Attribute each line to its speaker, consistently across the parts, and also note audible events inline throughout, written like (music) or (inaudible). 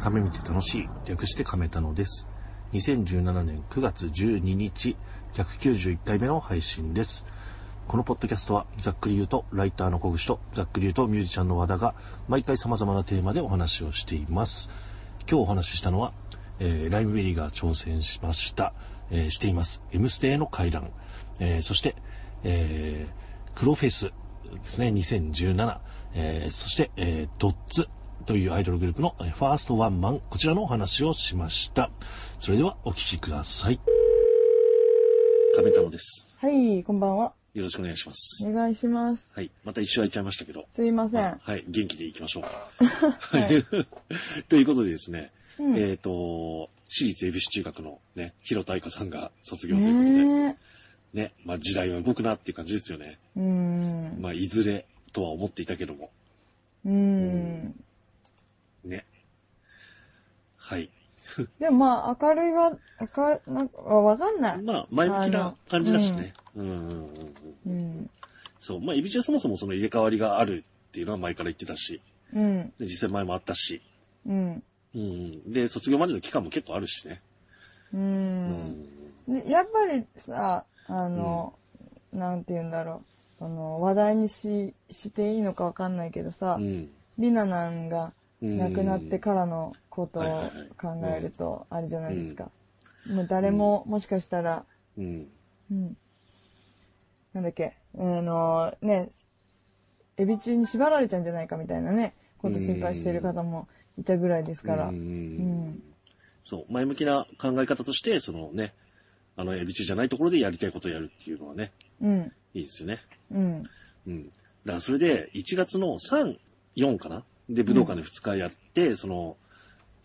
Speaker 1: 亀見て楽しい、略して亀たのです。2017年9月12日、191回目の配信です。このポッドキャストは、ざっくり言うと、ライターの小口と、ざっくり言うと、ミュージシャンの和田が、毎回様々なテーマでお話をしています。今日お話ししたのは、えーライムベリーが挑戦しました、えーしています。M ステへの回覧、えーそして、えー黒フェスですね、2017、えーそして、えードッツというアイドルグループのえーファーストワンマン、こちらのお話をしました。それではお聞きください。亀太郎です。
Speaker 2: はい、こんばんは。
Speaker 1: よろしくお願いします。
Speaker 2: お願いします。
Speaker 1: はい。また一周空いちゃいましたけど。
Speaker 2: すいません。
Speaker 1: はい。元気でいきましょう。 (laughs) はい。 (laughs) ということでですね。
Speaker 2: うん
Speaker 1: えっ、と、私立恵比寿中学のね、広田愛香さんが卒業ということで、ね、
Speaker 2: ね
Speaker 1: まあ時代は動くなっていう感じですよね。
Speaker 2: え。うーん。
Speaker 1: まあいずれとは思っていたけども、
Speaker 2: うーん。
Speaker 1: ね。はい。
Speaker 2: でもまあ、明るいは、明る、なんか、わかんない。
Speaker 1: まあ前向きな感じだしね。うん、うん、うんうん。
Speaker 2: うん。
Speaker 1: そう。まあ、エビチはそもそもその入れ替わりがあるっていうのは前から言ってたし、
Speaker 2: うん。
Speaker 1: で実際前もあったし、
Speaker 2: うん。
Speaker 1: うんうん。で、卒業までの期間も結構あるしね。
Speaker 2: う。
Speaker 1: うんん。
Speaker 2: でやっぱりさ、あの、なんて言うんだろう。あの、話題にし、していいのかわかんないけどさ
Speaker 1: う、ん。
Speaker 2: りななんが
Speaker 1: うん
Speaker 2: 亡くなってからのこと
Speaker 1: はいはい
Speaker 2: を
Speaker 1: はい
Speaker 2: 考えると、あれじゃないですか。もう誰も、もしかしたら、
Speaker 1: うん。
Speaker 2: うん。なんだっけ、あのね、エビ中に縛られちゃうんじゃないかみたいなね、こと心配している方もいたぐらいですから。
Speaker 1: う
Speaker 2: うんん。
Speaker 1: そう、前向きな考え方として、そのね、あの、エビ中じゃないところでやりたいことをやるっていうのはね、
Speaker 2: うん。
Speaker 1: いいですよね。
Speaker 2: うん。
Speaker 1: うん。だからそれで、1月の3、4かなで、武道館で2日やって、その、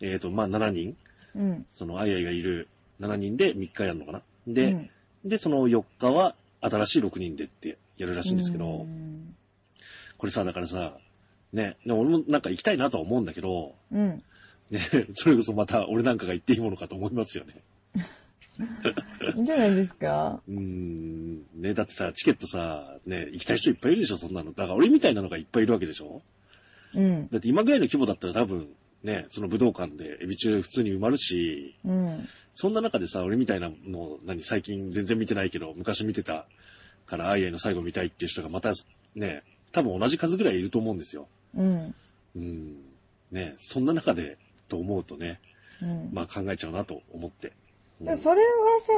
Speaker 1: えっ、と、まあ、7人、
Speaker 2: うん。
Speaker 1: その、あいあいがいる7人で3日やるのかなで、
Speaker 2: うん、
Speaker 1: で、その4日は、新しい6人でってやるらしいんですけど、
Speaker 2: うん。
Speaker 1: これさ、だからさ、ね、でも俺もなんか行きたいなとは思うんだけど、
Speaker 2: うん。
Speaker 1: ね、 (laughs) それこそまた俺なんかが行っていいものかと思いますよね。
Speaker 2: いいんじゃないですか。
Speaker 1: うーん。ね、だってさ、チケットさ、ね、行きたい人いっぱいいるでしょ、そんなの。だから俺みたいなのがいっぱいいるわけでしょ
Speaker 2: うん。
Speaker 1: だって今ぐらいの規模だったら多分、ね、その武道館でエビ中普通に埋まるし、
Speaker 2: うん。
Speaker 1: そんな中でさ、俺みたいなの、何、最近全然見てないけど、昔見てたから、アイアイの最後見たいっていう人がまた、ね、多分同じ数ぐらいいると思うんですよ。
Speaker 2: うん。
Speaker 1: うん。ね、そんな中で、と思うとね、
Speaker 2: うん。
Speaker 1: まあ考えちゃうなと思って。うん
Speaker 2: でもそれ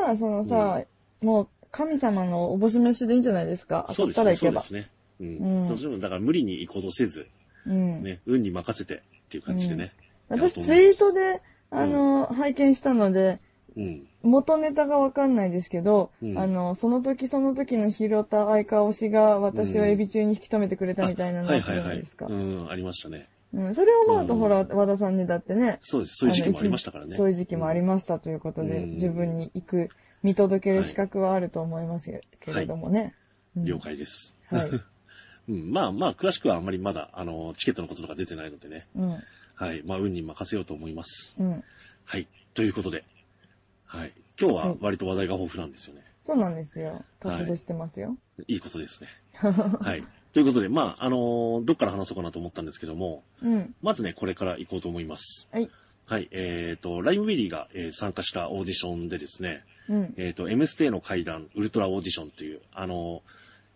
Speaker 2: はさ、そのさ、もう神様のおぼし飯でいいんじゃないですか。
Speaker 1: そ
Speaker 2: 当
Speaker 1: う
Speaker 2: た
Speaker 1: で
Speaker 2: った
Speaker 1: すね、そう
Speaker 2: らいけ
Speaker 1: で
Speaker 2: ば。
Speaker 1: すね。う
Speaker 2: うん
Speaker 1: ん。そっちもだから無理に行こうとせず、
Speaker 2: うん。
Speaker 1: ね、運に任せてっていう感じでね。
Speaker 2: 私ツイートで、あの、拝見したので、
Speaker 1: うん。
Speaker 2: 元ネタがわかんないですけど、
Speaker 1: うん
Speaker 2: あの、その時その時の広田愛香推しが私をエビ中に引き止めてくれたみたいなの
Speaker 1: は
Speaker 2: あ
Speaker 1: い
Speaker 2: った
Speaker 1: はい
Speaker 2: じゃな
Speaker 1: はいい。
Speaker 2: ですか
Speaker 1: う。ん、ありましたね。
Speaker 2: うんそれを思うと、
Speaker 1: うん
Speaker 2: ほら、和田さんにだってね、
Speaker 1: そうです。そういう時期もありましたから
Speaker 2: あの
Speaker 1: ね。
Speaker 2: そういう時期もありましたということで、
Speaker 1: うん
Speaker 2: 自分に行く、見届ける資格はあると思いますけれどもね。うん
Speaker 1: 了。解です。 (laughs)
Speaker 2: はい。
Speaker 1: うん、まあまあ、詳しくはあんまりまだ、あの、チケットのこととか出てないのでね。
Speaker 2: うん。
Speaker 1: はい。まあ、運に任せようと思います。
Speaker 2: うん。
Speaker 1: はい。ということで。はい。今日
Speaker 2: は
Speaker 1: はい割と話題が豊富なんですよね。
Speaker 2: そうなんですよ。活動してますよ。
Speaker 1: いいことですね。はい。ということで、まあ、あのどっから話そうかなと思ったんですけども、
Speaker 2: (laughs) うん。
Speaker 1: まずね、これから行こうと思います。
Speaker 2: はい。
Speaker 1: はい。えっ、と、ライムビリーが、えー参加したオーディションでですね、
Speaker 2: うん。
Speaker 1: えっ、と、M ステの階段、ウルトラオーディションという、あの、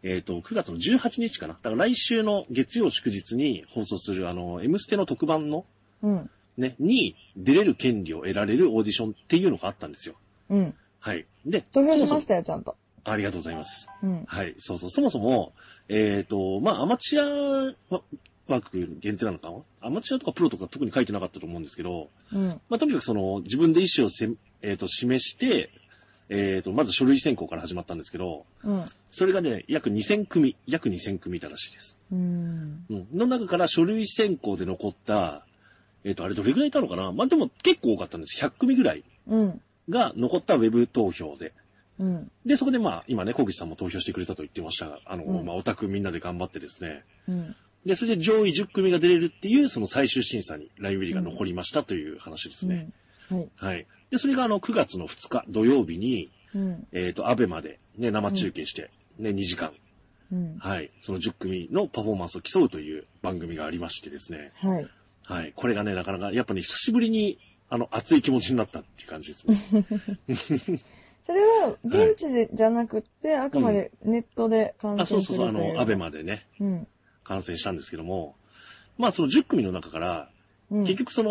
Speaker 1: えっ、と、9月の18日かな。だから来週の月曜祝日に放送する、あの、M ステの特番の、
Speaker 2: うん。
Speaker 1: ね、に出れる権利を得られるオーディションっていうのがあったんですよ。
Speaker 2: うん。
Speaker 1: はい。で、
Speaker 2: 投票しま
Speaker 1: そもそ
Speaker 2: し
Speaker 1: も
Speaker 2: たよ、ちゃんと。
Speaker 1: ありがとうございます。
Speaker 2: うん。
Speaker 1: はい。そうそう。そもそも、えっ、と、まあ、アマチュア枠限定なのかなアマチュアとかプロとか特に書いてなかったと思うんですけど、
Speaker 2: うん。
Speaker 1: まあ、とにかくその、自分で意思をせん、えっ、と、示して、えっ、と、まず書類選考から始まったんですけど、
Speaker 2: うん。
Speaker 1: それがね、約2000組、約2000組いたらしいです。
Speaker 2: うん。
Speaker 1: うん。の中から書類選考で残った、えっ、と、あれどれぐらいいたのかなまあ、でも結構多かったんです。100組ぐらい
Speaker 2: うん。
Speaker 1: が残ったウェブ投票で。
Speaker 2: うん。
Speaker 1: で、そこでまあ、今ね、小口さんも投票してくれたと言ってましたが、あの、
Speaker 2: うん
Speaker 1: まあ、オタクみんなで頑張ってですね。
Speaker 2: うん。
Speaker 1: で、それで上位10組が出れるっていう、その最終審査にライブリーが残りましたという話ですね。
Speaker 2: うん。はい。
Speaker 1: はい。で、それがあの、9月の2日土曜日に、
Speaker 2: うん。
Speaker 1: えっ、と、アベまでね、生中継して、ね、2時間、
Speaker 2: うん。
Speaker 1: はい、その10組のパフォーマンスを競うという番組がありましてですね、
Speaker 2: はい。
Speaker 1: はい。これがね、なかなか、やっぱね、久しぶりに、あの、熱い気持ちになったっていう感じですね。
Speaker 2: それは、現地で、じゃなくって、あくまでネットで観
Speaker 1: あ、
Speaker 2: 戦す
Speaker 1: そ
Speaker 2: る
Speaker 1: う
Speaker 2: と
Speaker 1: そ
Speaker 2: いう
Speaker 1: そう、
Speaker 2: う
Speaker 1: あの、アベマでね、
Speaker 2: うん。
Speaker 1: 観戦したんですけども、まあ、その10組の中から、
Speaker 2: うん。
Speaker 1: 結局その、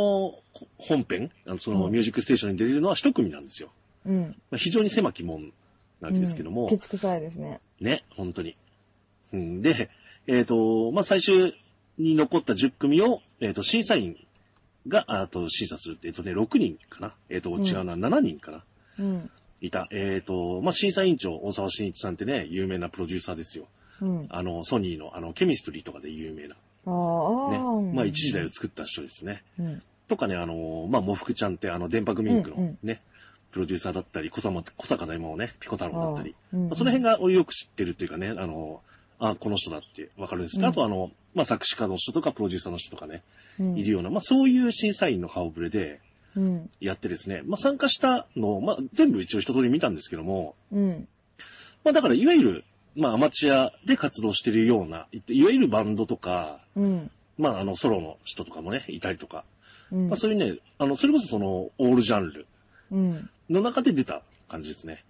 Speaker 1: ほ本編、あのその、
Speaker 2: うん
Speaker 1: ミュージックステーションに出れるのは1組なんですよ。
Speaker 2: うん。
Speaker 1: まあ、非常に狭き門なわけですけども、
Speaker 2: うんケチくさいですね。
Speaker 1: ね、本当に。うん、で、えっ、と、まあ、最終に残った10組を、えっ、と、審査員が、ああと、審査するって、えっ、とね、6人かな。えっ、と、
Speaker 2: うん
Speaker 1: 違うな、7人かな。
Speaker 2: うん。
Speaker 1: いた。えっ、と、まあ、審査委員長、大沢慎一さんってね、有名なプロデューサーですよ。
Speaker 2: うん。あ
Speaker 1: あの、ソニーの、あの、ケミストリーとかで有名な。
Speaker 2: あー、
Speaker 1: ね。まあ、一時代を作った人ですね。
Speaker 2: うん。
Speaker 1: とかね、あの、まあ、もふくちゃんって、あの、電波組インクの
Speaker 2: うんう
Speaker 1: ね、プロデューサーだったり、小坂、小坂大魔王ね、ピコ太郎だったり。
Speaker 2: あーうん
Speaker 1: まあ、その辺が俺よく知ってるっていうかね、あの、あ、この人だってわかるんですが、
Speaker 2: うん
Speaker 1: あとあの、まあ、作詞家の人とかプロデューサーの人とかね、
Speaker 2: うん
Speaker 1: いるような、まあ、そういう審査員の顔ぶれで
Speaker 2: うん。
Speaker 1: やってですね、まあ、参加したのを、まあ、全部一応一通り見たんですけども、
Speaker 2: うん。
Speaker 1: まあ、だからいわゆる、まあ、アマチュアで活動してるような、いいわゆるバンドとか、
Speaker 2: うん。
Speaker 1: まあ、あの、ソロの人とかもね、いたりとか、
Speaker 2: うん
Speaker 1: まあ、そういうね、あの、それこそその、オールジャンル
Speaker 2: うん。
Speaker 1: の中で出た感じですね。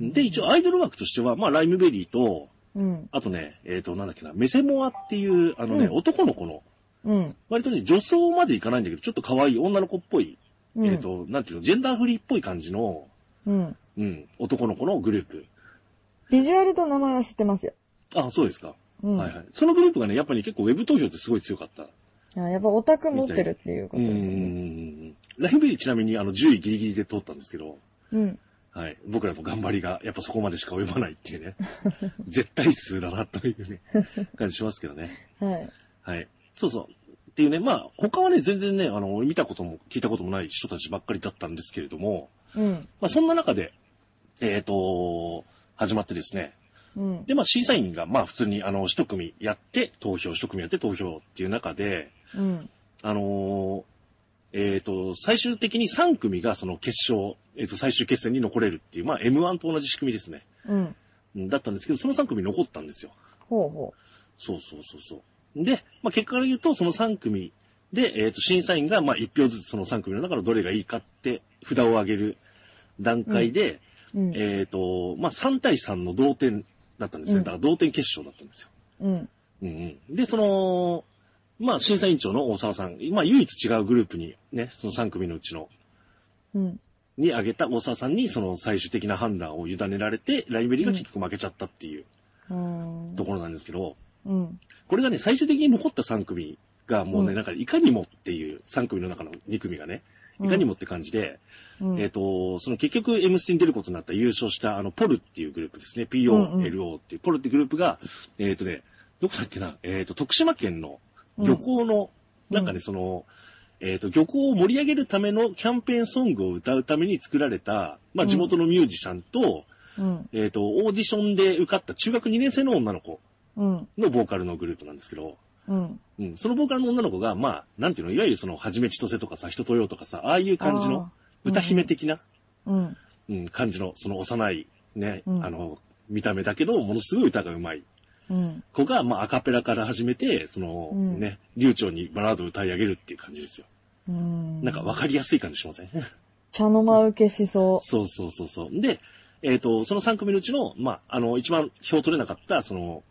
Speaker 2: うん。
Speaker 1: で、一応アイドル枠としては、まあ、ライムベリーと、
Speaker 2: うん。
Speaker 1: あとね、えっ、と、なんだっけな、メセモアっていう、あのね、
Speaker 2: うん
Speaker 1: 男の子の、
Speaker 2: うん。
Speaker 1: 割とね、女装までいかないんだけど、ちょっと可愛い女の子っぽい、
Speaker 2: うん。
Speaker 1: えっ、と、なんていうの、ジェンダーフリーっぽい感じの、
Speaker 2: うん。
Speaker 1: うん、男の子のグループ。
Speaker 2: ビジュアルと名前は知ってますよ。
Speaker 1: あ、そうですか。
Speaker 2: うん。
Speaker 1: はいはい。そのグループがね、やっぱり結構ウェブ投票ってすごい強かった。
Speaker 2: あやっぱオタク持ってるっていうこ
Speaker 1: う
Speaker 2: と
Speaker 1: んうんうん
Speaker 2: ですよね。
Speaker 1: うん。ライムベリーちなみに、あの、10位ギリギリで通ったんですけど、
Speaker 2: うん。
Speaker 1: はい。僕らの頑張りが、やっぱそこまでしか及ばないって
Speaker 2: (laughs)
Speaker 1: いうね。絶対数だな、というね、感じしますけどね。
Speaker 2: はい。
Speaker 1: はい。そうそう。っていうね、まあ、他はね、全然ね、あの、見たことも聞いたこともない人たちばっかりだったんですけれども、
Speaker 2: うん。
Speaker 1: まあ、そんな中で、えっ、と、始まってですね。
Speaker 2: うん。
Speaker 1: で、まあ、審査員が、まあ、普通に、あの、一組やって、投票、一組やって投票っていう中で、
Speaker 2: うん。
Speaker 1: あのーえっ、と、最終的に3組が、その決勝、えっ、と、最終決戦に残れるっていう、まあ、M1 と同じ仕組みですね。
Speaker 2: うん。
Speaker 1: うんだったんですけど、その3組残ったんですよ。
Speaker 2: ほうほ
Speaker 1: そうそうそうそう。で、まあ、結果から言うと、その3組で、えっ、と、審査員が、まあ、1票ずつその3組の中のどれがいいかって、札を上げる段階で、
Speaker 2: う。うん。
Speaker 1: えっ、と、まあ、3対3の同点だったんですよ。
Speaker 2: うん
Speaker 1: だから同点決勝だったんですよ。
Speaker 2: うん。
Speaker 1: うんうん。で、その、まあ、審査委員長の大沢さん、まあ、唯一違うグループにね、その3組のうちの、
Speaker 2: うん。
Speaker 1: に挙げた大沢さんに、その最終的な判断を委ねられて、ライベリーが結局負けちゃったっていう
Speaker 2: うん。
Speaker 1: ところなんですけど、
Speaker 2: うん。
Speaker 1: これがね、最終的に残った3組がもうね、
Speaker 2: うん
Speaker 1: なんかいかにもっていう、3組の中の2組がね、いかにもって感じで、
Speaker 2: うん。
Speaker 1: えっ、と、その結局 M ステに出ることになった優勝したあの、ポルっていうグループですね、POLO っていう、ポルってグループが、えっ、とね、どこだっけな、えっ、と、徳島県の漁港の、
Speaker 2: うん
Speaker 1: なんかね、その、えっ、と、漁港を盛り上げるためのキャンペーンソングを歌うために作られた、まあ、地元のミュージシャンと、
Speaker 2: うん。
Speaker 1: えっ、と、オーディションで受かった中学2年生の女の子
Speaker 2: うん。
Speaker 1: のボーカルのグループなんですけど、
Speaker 2: うん。
Speaker 1: うん、そのボーカルの女の子が、まあ、なんていうの、いわゆるその、はじめちとせとかさ、人とよとかさ、ああいう感じの、
Speaker 2: ー
Speaker 1: 歌姫的な、
Speaker 2: あー。うん。
Speaker 1: うん、感じの、その幼い、ね、
Speaker 2: うん
Speaker 1: あの、見た目だけど、ものすごい歌がうまい
Speaker 2: うん。
Speaker 1: 子が、まあ、アカペラから始めて、その、
Speaker 2: うん
Speaker 1: ね、流暢にバラードを歌い上げるっていう感じですよ。
Speaker 2: うん。
Speaker 1: なんかわかりやすい感じしません
Speaker 2: 茶の間受けしそ
Speaker 1: そうそうそうそう。で、えっ、と、その3組のうちの、まあ、あの、一番票取れなかった、その、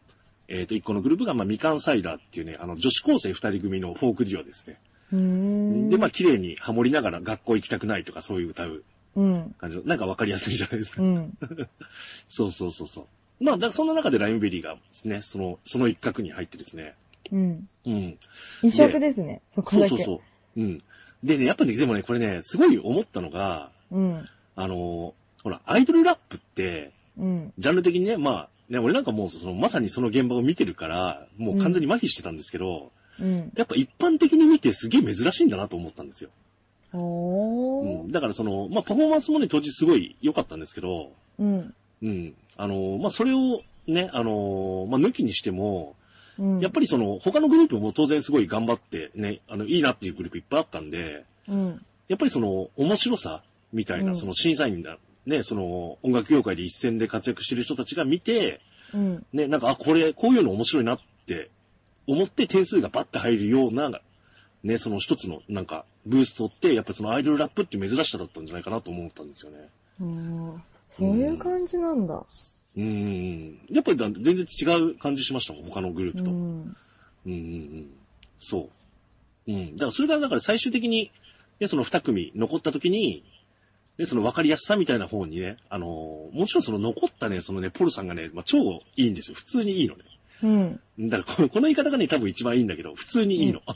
Speaker 1: えっ、と、一個のグループが、まあ、みかんサイダーっていうね、あの、女子高生二人組のフォークデュオですね。
Speaker 2: う。うーん。
Speaker 1: で、まあ、綺麗にハモりながら学校行きたくないとかそういう歌う
Speaker 2: うん。
Speaker 1: 感じの、なんかわかりやすいじゃないですか。 (laughs)
Speaker 2: うん。
Speaker 1: そうそうそうそう。まあ、だそんな中でライムベリーがですね、その、その一角に入って (laughs) ですね。
Speaker 2: うん。
Speaker 1: うん。
Speaker 2: 異色ですね、そこ
Speaker 1: そう
Speaker 2: だ
Speaker 1: そう
Speaker 2: け。
Speaker 1: そう。うん。でね、やっぱり、ね、でもね、これね、すごい思ったのが、
Speaker 2: うん。
Speaker 1: あのーほら、アイドルラップって、
Speaker 2: うん。
Speaker 1: ジャンル的にね、まあ、ね、俺なんかもう、その、まさにその現場を見てるから、もう完全に麻痺してたんですけど、
Speaker 2: うん。
Speaker 1: やっぱ一般的に見てすげえ珍しいんだなと思ったんですよ。
Speaker 2: お
Speaker 1: う
Speaker 2: ー
Speaker 1: ん。。だからその、まあ、パフォーマンスもね、当時すごい良かったんですけど、
Speaker 2: うん。
Speaker 1: うん。あの、まあ、それをね、あの、まあ、抜きにしても、
Speaker 2: うん。
Speaker 1: やっぱりその、他のグループも当然すごい頑張ってね、あの、いいなっていうグループいっぱいあったんで、
Speaker 2: うん。
Speaker 1: やっぱりその、面白さみたいな、
Speaker 2: うん
Speaker 1: その審査員だ、ね、その、音楽業界で一戦で活躍してる人たちが見て、
Speaker 2: うん。
Speaker 1: ね、なんか、あ、これ、こういうの面白いなって思って点数がバッて入るような、ね、その一つのなんかブーストって、やっぱそのアイドルラップっていう珍しさだったんじゃないかなと思ったんですよね。
Speaker 2: うん。そういう感じなんだ。
Speaker 1: うんうんうん。やっぱりだ全然違う感じしましたもん、他のグルー
Speaker 2: う
Speaker 1: プと。
Speaker 2: ん。
Speaker 1: うんうんうん。そう。うん。だからそれが、だから最終的に、ね、その二組残った時に、ね、その分かりやすさみたいな方にね、あのーもちろんその残ったね、そのね、ポルさんがね、まあ、超いいんですよ。普通にいいのね。
Speaker 2: うん。
Speaker 1: だからこのこの言い方がね、多分一番いいんだけど、普通にいいの。 (laughs)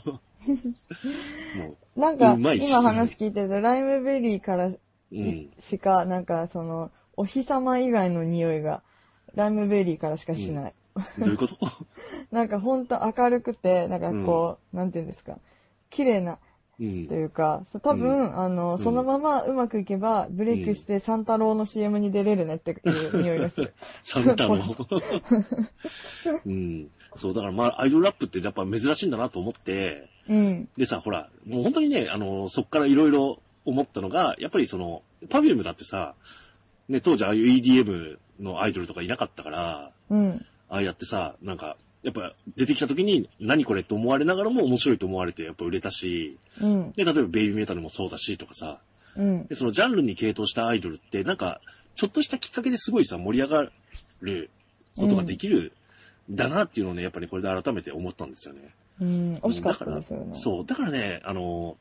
Speaker 1: も
Speaker 2: なんか、
Speaker 1: うまいし
Speaker 2: 今話聞いてると、ライムベリーから
Speaker 1: う、うん。
Speaker 2: しか、なんかその、お日様以外の匂いが、ライムベリーからしかしない。
Speaker 1: どういうこと
Speaker 2: なんかほんと明るくて、なんかこう、なんていうんですか、綺麗な
Speaker 1: うん
Speaker 2: と。いうか、そう多分、あの、そのままうまくいけば、ブレイクして三太郎の CM に出れるねっていう匂い
Speaker 1: (laughs)
Speaker 2: がする。
Speaker 1: サンタ
Speaker 2: (laughs)
Speaker 1: の。うん。そう、だからまあ、アイドルラップってやっぱ珍しいんだなと思って、
Speaker 2: うん。
Speaker 1: でさ、ほら、もう本当にね、あの、そっからいろいろ思ったのが、やっぱりその、パフュームだってさ、ね、当時ああいう EDM のアイドルとかいなかったから、
Speaker 2: うん。
Speaker 1: ああやってさ、なんか、やっぱ出てきた時に何これって思われながらも面白いと思われてやっぱ売れたし、
Speaker 2: うん。
Speaker 1: で、例えばベイビーメタルもそうだしとかさ、
Speaker 2: うん。
Speaker 1: で、そのジャンルに傾倒したアイドルって、なんか、ちょっとしたきっかけですごいさ、盛り上がることができる、だなっていうのをね、やっぱり、これで改めて思ったんですよね。
Speaker 2: うん。惜しかったです
Speaker 1: だ
Speaker 2: よ
Speaker 1: か
Speaker 2: ね。
Speaker 1: らそう。だからね、あの、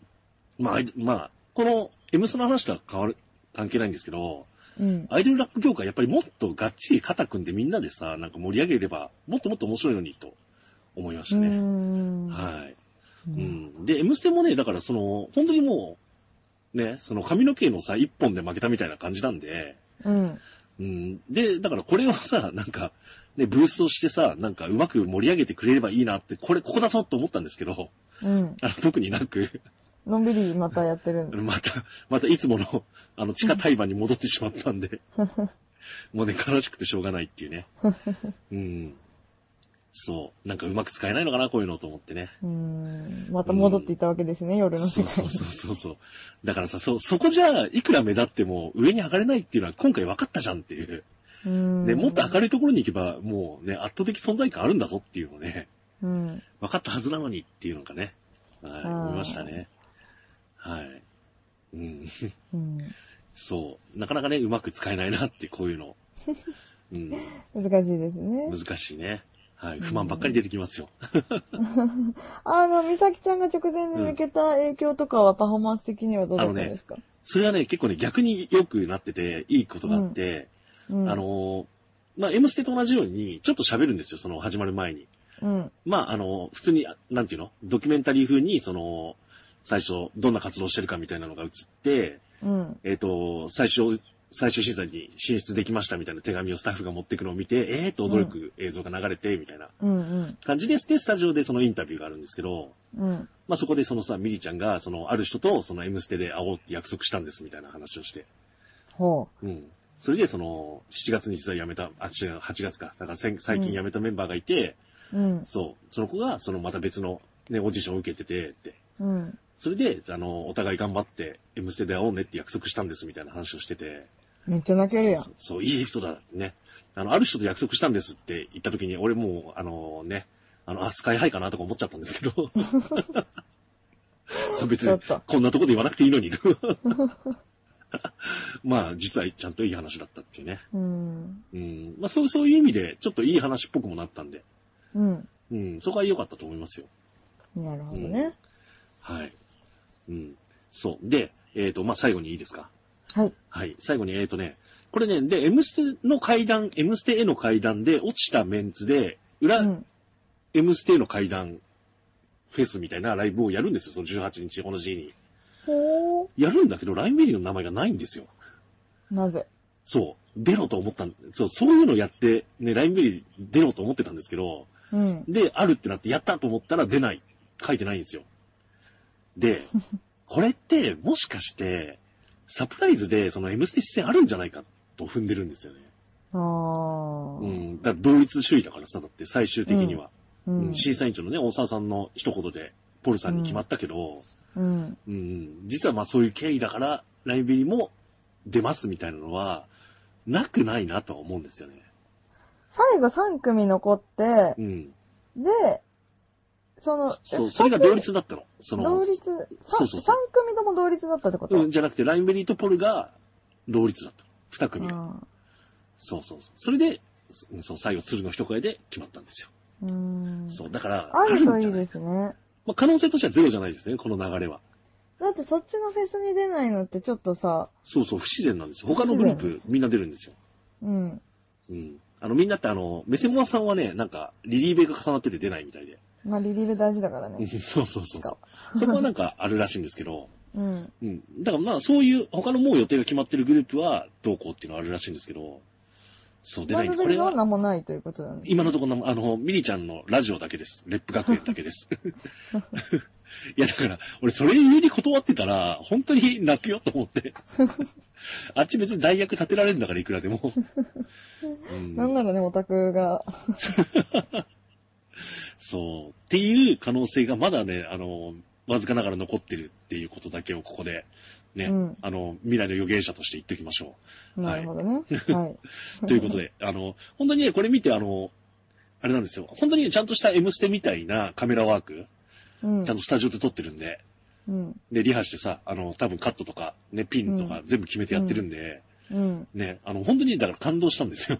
Speaker 1: まあ、アイまあ、この M スの話とは変わる、関係ないんですけど、
Speaker 2: うん。
Speaker 1: アイドルラップ業界やっぱりもっとがっちり肩組んでみんなでさ、なんか盛り上げれば、もっともっと面白いのにと思いました
Speaker 2: う
Speaker 1: ね。
Speaker 2: ん。
Speaker 1: はい。
Speaker 2: う。
Speaker 1: うんん。で、M ステもね、だからその、本当にもう、ね、その髪の毛のさ、一本で負けたみたいな感じなんで、
Speaker 2: うん。
Speaker 1: うん。で、だからこれをさ、なんか、ね、ブーストしてさ、なんかうまく盛り上げてくれればいいなって、これ、ここだぞと思ったんですけど、
Speaker 2: うん。
Speaker 1: あの特になく、
Speaker 2: のんびりまたやってるんだ。
Speaker 1: また、またいつもの、あの、地下対馬に戻ってしまったんで、もうね、悲しくてしょうがないっていうね。うん。そう。なんかうまく使えないのかな、こういうのと思ってね。
Speaker 2: うん。また戻っていったわけですね、夜の
Speaker 1: そ
Speaker 2: 世
Speaker 1: うそ
Speaker 2: 界
Speaker 1: う
Speaker 2: に。
Speaker 1: そうそうそう。だからさ、そ、そこじゃ、いくら目立っても上に上がれないっていうのは今回分かったじゃんっていう。
Speaker 2: うん。
Speaker 1: ね、もっと明るいところに行けば、もうね、圧倒的存在感あるんだぞっていうのをね、
Speaker 2: うん。
Speaker 1: 分かったはずなのにっていうのがね、はい、
Speaker 2: うん
Speaker 1: 思いましたね。はい。うん。
Speaker 2: うん。
Speaker 1: そう。なかなかね、うまく使えないなって、こういう
Speaker 2: (laughs)
Speaker 1: の。うん。
Speaker 2: 難しいですね。
Speaker 1: 難しいね。はい。
Speaker 2: うん
Speaker 1: 不満ばっかり出てきますよ。
Speaker 2: あの、美咲ちゃんが直前に抜けた影響とかはパフォーマンス的にはどうだったんですか
Speaker 1: それはね、結構ね、逆に良くなってて、いいことがあって、
Speaker 2: うん
Speaker 1: あの、ー、まあ、M ステと同じように、ちょっと喋るんですよ、その始まる前に。
Speaker 2: うん。
Speaker 1: まあ、あの、普通に、あなんていうのドキュメンタリー風に、その、最初、どんな活動してるかみたいなのが映って、
Speaker 2: うん。
Speaker 1: えっ、と、最初、最終審査に進出できましたみたいな手紙をスタッフが持ってくのを見て、えーっと驚く映像が流れて、みたいな。
Speaker 2: うん。
Speaker 1: 感じですね、スタジオでそのインタビューがあるんですけど、
Speaker 2: うん。
Speaker 1: まあそこでそのさ、ミリちゃんが、そのある人とその M ステで会おうって約束したんですみたいな話をして。
Speaker 2: ほ
Speaker 1: うん。それでその、7月に実は辞めた、あ、違う、8月か。だからせん最近辞めたメンバーがいて、
Speaker 2: う。うん。
Speaker 1: そう、その子がそのまた別のね、オーディションを受けてて、って。
Speaker 2: うん。
Speaker 1: それで、あの、お互い頑張って、M ステで会おうねって約束したんですみたいな話をしてて。
Speaker 2: めっちゃ泣けるやん
Speaker 1: そう。そうそういい人だね。あの、ある人と約束したんですって言った時に、俺もう、あのね、あの、あ、スカイハイかなとか思っちゃったんですけ
Speaker 2: (laughs)
Speaker 1: ど。そう、別
Speaker 2: ちょ
Speaker 1: に
Speaker 2: っと、
Speaker 1: こんなとこで言 (laughs) わなくていいのに。まあ、実はちゃんといい話だったっていうね。
Speaker 2: うん。
Speaker 1: うん。まあ、そう、そういう意味で、ちょっといい話っぽくもなったんで、
Speaker 2: うん。
Speaker 1: うん、そこは良かったと思いますよ。
Speaker 2: なるほどね。
Speaker 1: はい。うん。そう。で、えっ、と、まあ、最後にいいですか
Speaker 2: はい。
Speaker 1: はい。最後に、えー、とね、これね、で、M ステの階段、M ステへの階段で落ちたメンツで、裏、
Speaker 2: うん。
Speaker 1: M ステへの階段フェスみたいなライブをやるんですよ。その18日、この時期に。
Speaker 2: ほう。
Speaker 1: やるんだけど、ラインベリーの名前がないんですよ。
Speaker 2: なぜ
Speaker 1: そう。出ろと思ったん、そう、そういうのやって、ね、ラインベリー出ろと思ってたんですけど、
Speaker 2: うん。
Speaker 1: で、あるってなって、やったと思ったら出ない。書いてないんですよ。 (laughs) で、これって、もしかして、サプライズで、その M ステ出演あるんじゃないかと踏んでるんですよね。
Speaker 2: あー。
Speaker 1: うん、だ同一主義だからさ、だって最終的には。
Speaker 2: う
Speaker 1: うん
Speaker 2: ん。
Speaker 1: 審査委員長のね、大沢さんの一言で、ポルさんに決まったけど、
Speaker 2: うん。
Speaker 1: うん、うん実はまあそういう経緯だから、ライブリーも出ますみたいなのは、なくないなとは思うんですよね。
Speaker 2: 最後3組残って
Speaker 1: う、ん。
Speaker 2: で、その、
Speaker 1: そう、それが同
Speaker 2: 二つ
Speaker 1: 率だったの。そ
Speaker 2: 同
Speaker 1: の、
Speaker 2: 率、
Speaker 1: そう
Speaker 2: 三
Speaker 1: そうそう
Speaker 2: 三組とも同率だったってこと
Speaker 1: うん、じゃなくて、ラインベリーとポルが同率だったの。二組が。
Speaker 2: あ
Speaker 1: そうそうそう。それで、そそう、最後、鶴の一声で決まったんですよ。
Speaker 2: ーうん。
Speaker 1: そう、だから、
Speaker 2: あると
Speaker 1: んじゃ
Speaker 2: いい
Speaker 1: ない
Speaker 2: ですね。
Speaker 1: まあ、可能性としてはゼロじゃないですね、この流れは。
Speaker 2: だってそっちのフェスに出ないのってちょっとさ、
Speaker 1: そうそう、不自然なんですよ。他のグルー
Speaker 2: 不自然
Speaker 1: プ、みんな出るんですよ。
Speaker 2: うん。
Speaker 1: うん。あの、みんなってあの、メセモアさんはね、なんか、リリーベが重なってて出ないみたいで。
Speaker 2: まあリリーベ大事だから
Speaker 1: うん
Speaker 2: ね。
Speaker 1: そうそうそうそう。そこはなんかあるらしいんですけど、
Speaker 2: うん。
Speaker 1: うん。だからまあ、そういう、他のもう予定が決まってるグループは、どうこうっていうのはあるらしいんですけど、そう、出
Speaker 2: バ
Speaker 1: ないん
Speaker 2: ン
Speaker 1: で、
Speaker 2: ド
Speaker 1: こ
Speaker 2: ベ
Speaker 1: れ
Speaker 2: リーは
Speaker 1: は、
Speaker 2: 何もないということだね。
Speaker 1: 今のところの、あの、ミリちゃんのラジオだけです。レップ学園だけです。
Speaker 2: (laughs)
Speaker 1: いや、だから、俺、それゆえに断ってたら、本当に泣くよと思って。あっち別に代役立てられるんだから、いくらでも。うん
Speaker 2: なんだろうね、オタクが。
Speaker 1: そう。っていう可能性がまだね、あの、わずかながら残ってるっていうことだけをここで、ね、
Speaker 2: うん
Speaker 1: あの、未来の予言者として言っておきましょ
Speaker 2: なるほ
Speaker 1: (laughs)
Speaker 2: どね。はい。
Speaker 1: う。ということで、あの、本当にね、これ見て、あの、あれなんですよ。本当にねちゃんとした M ステみたいなカメラワーク、
Speaker 2: うん
Speaker 1: ちゃんとスタジオで撮ってるんで、
Speaker 2: うん。
Speaker 1: で、リハしてさ、あの、多分カットとか、ね、ピンとか全部決めてやってるんで、
Speaker 2: うん。
Speaker 1: ね、あの、本当にだから感動したんですよ。 (laughs)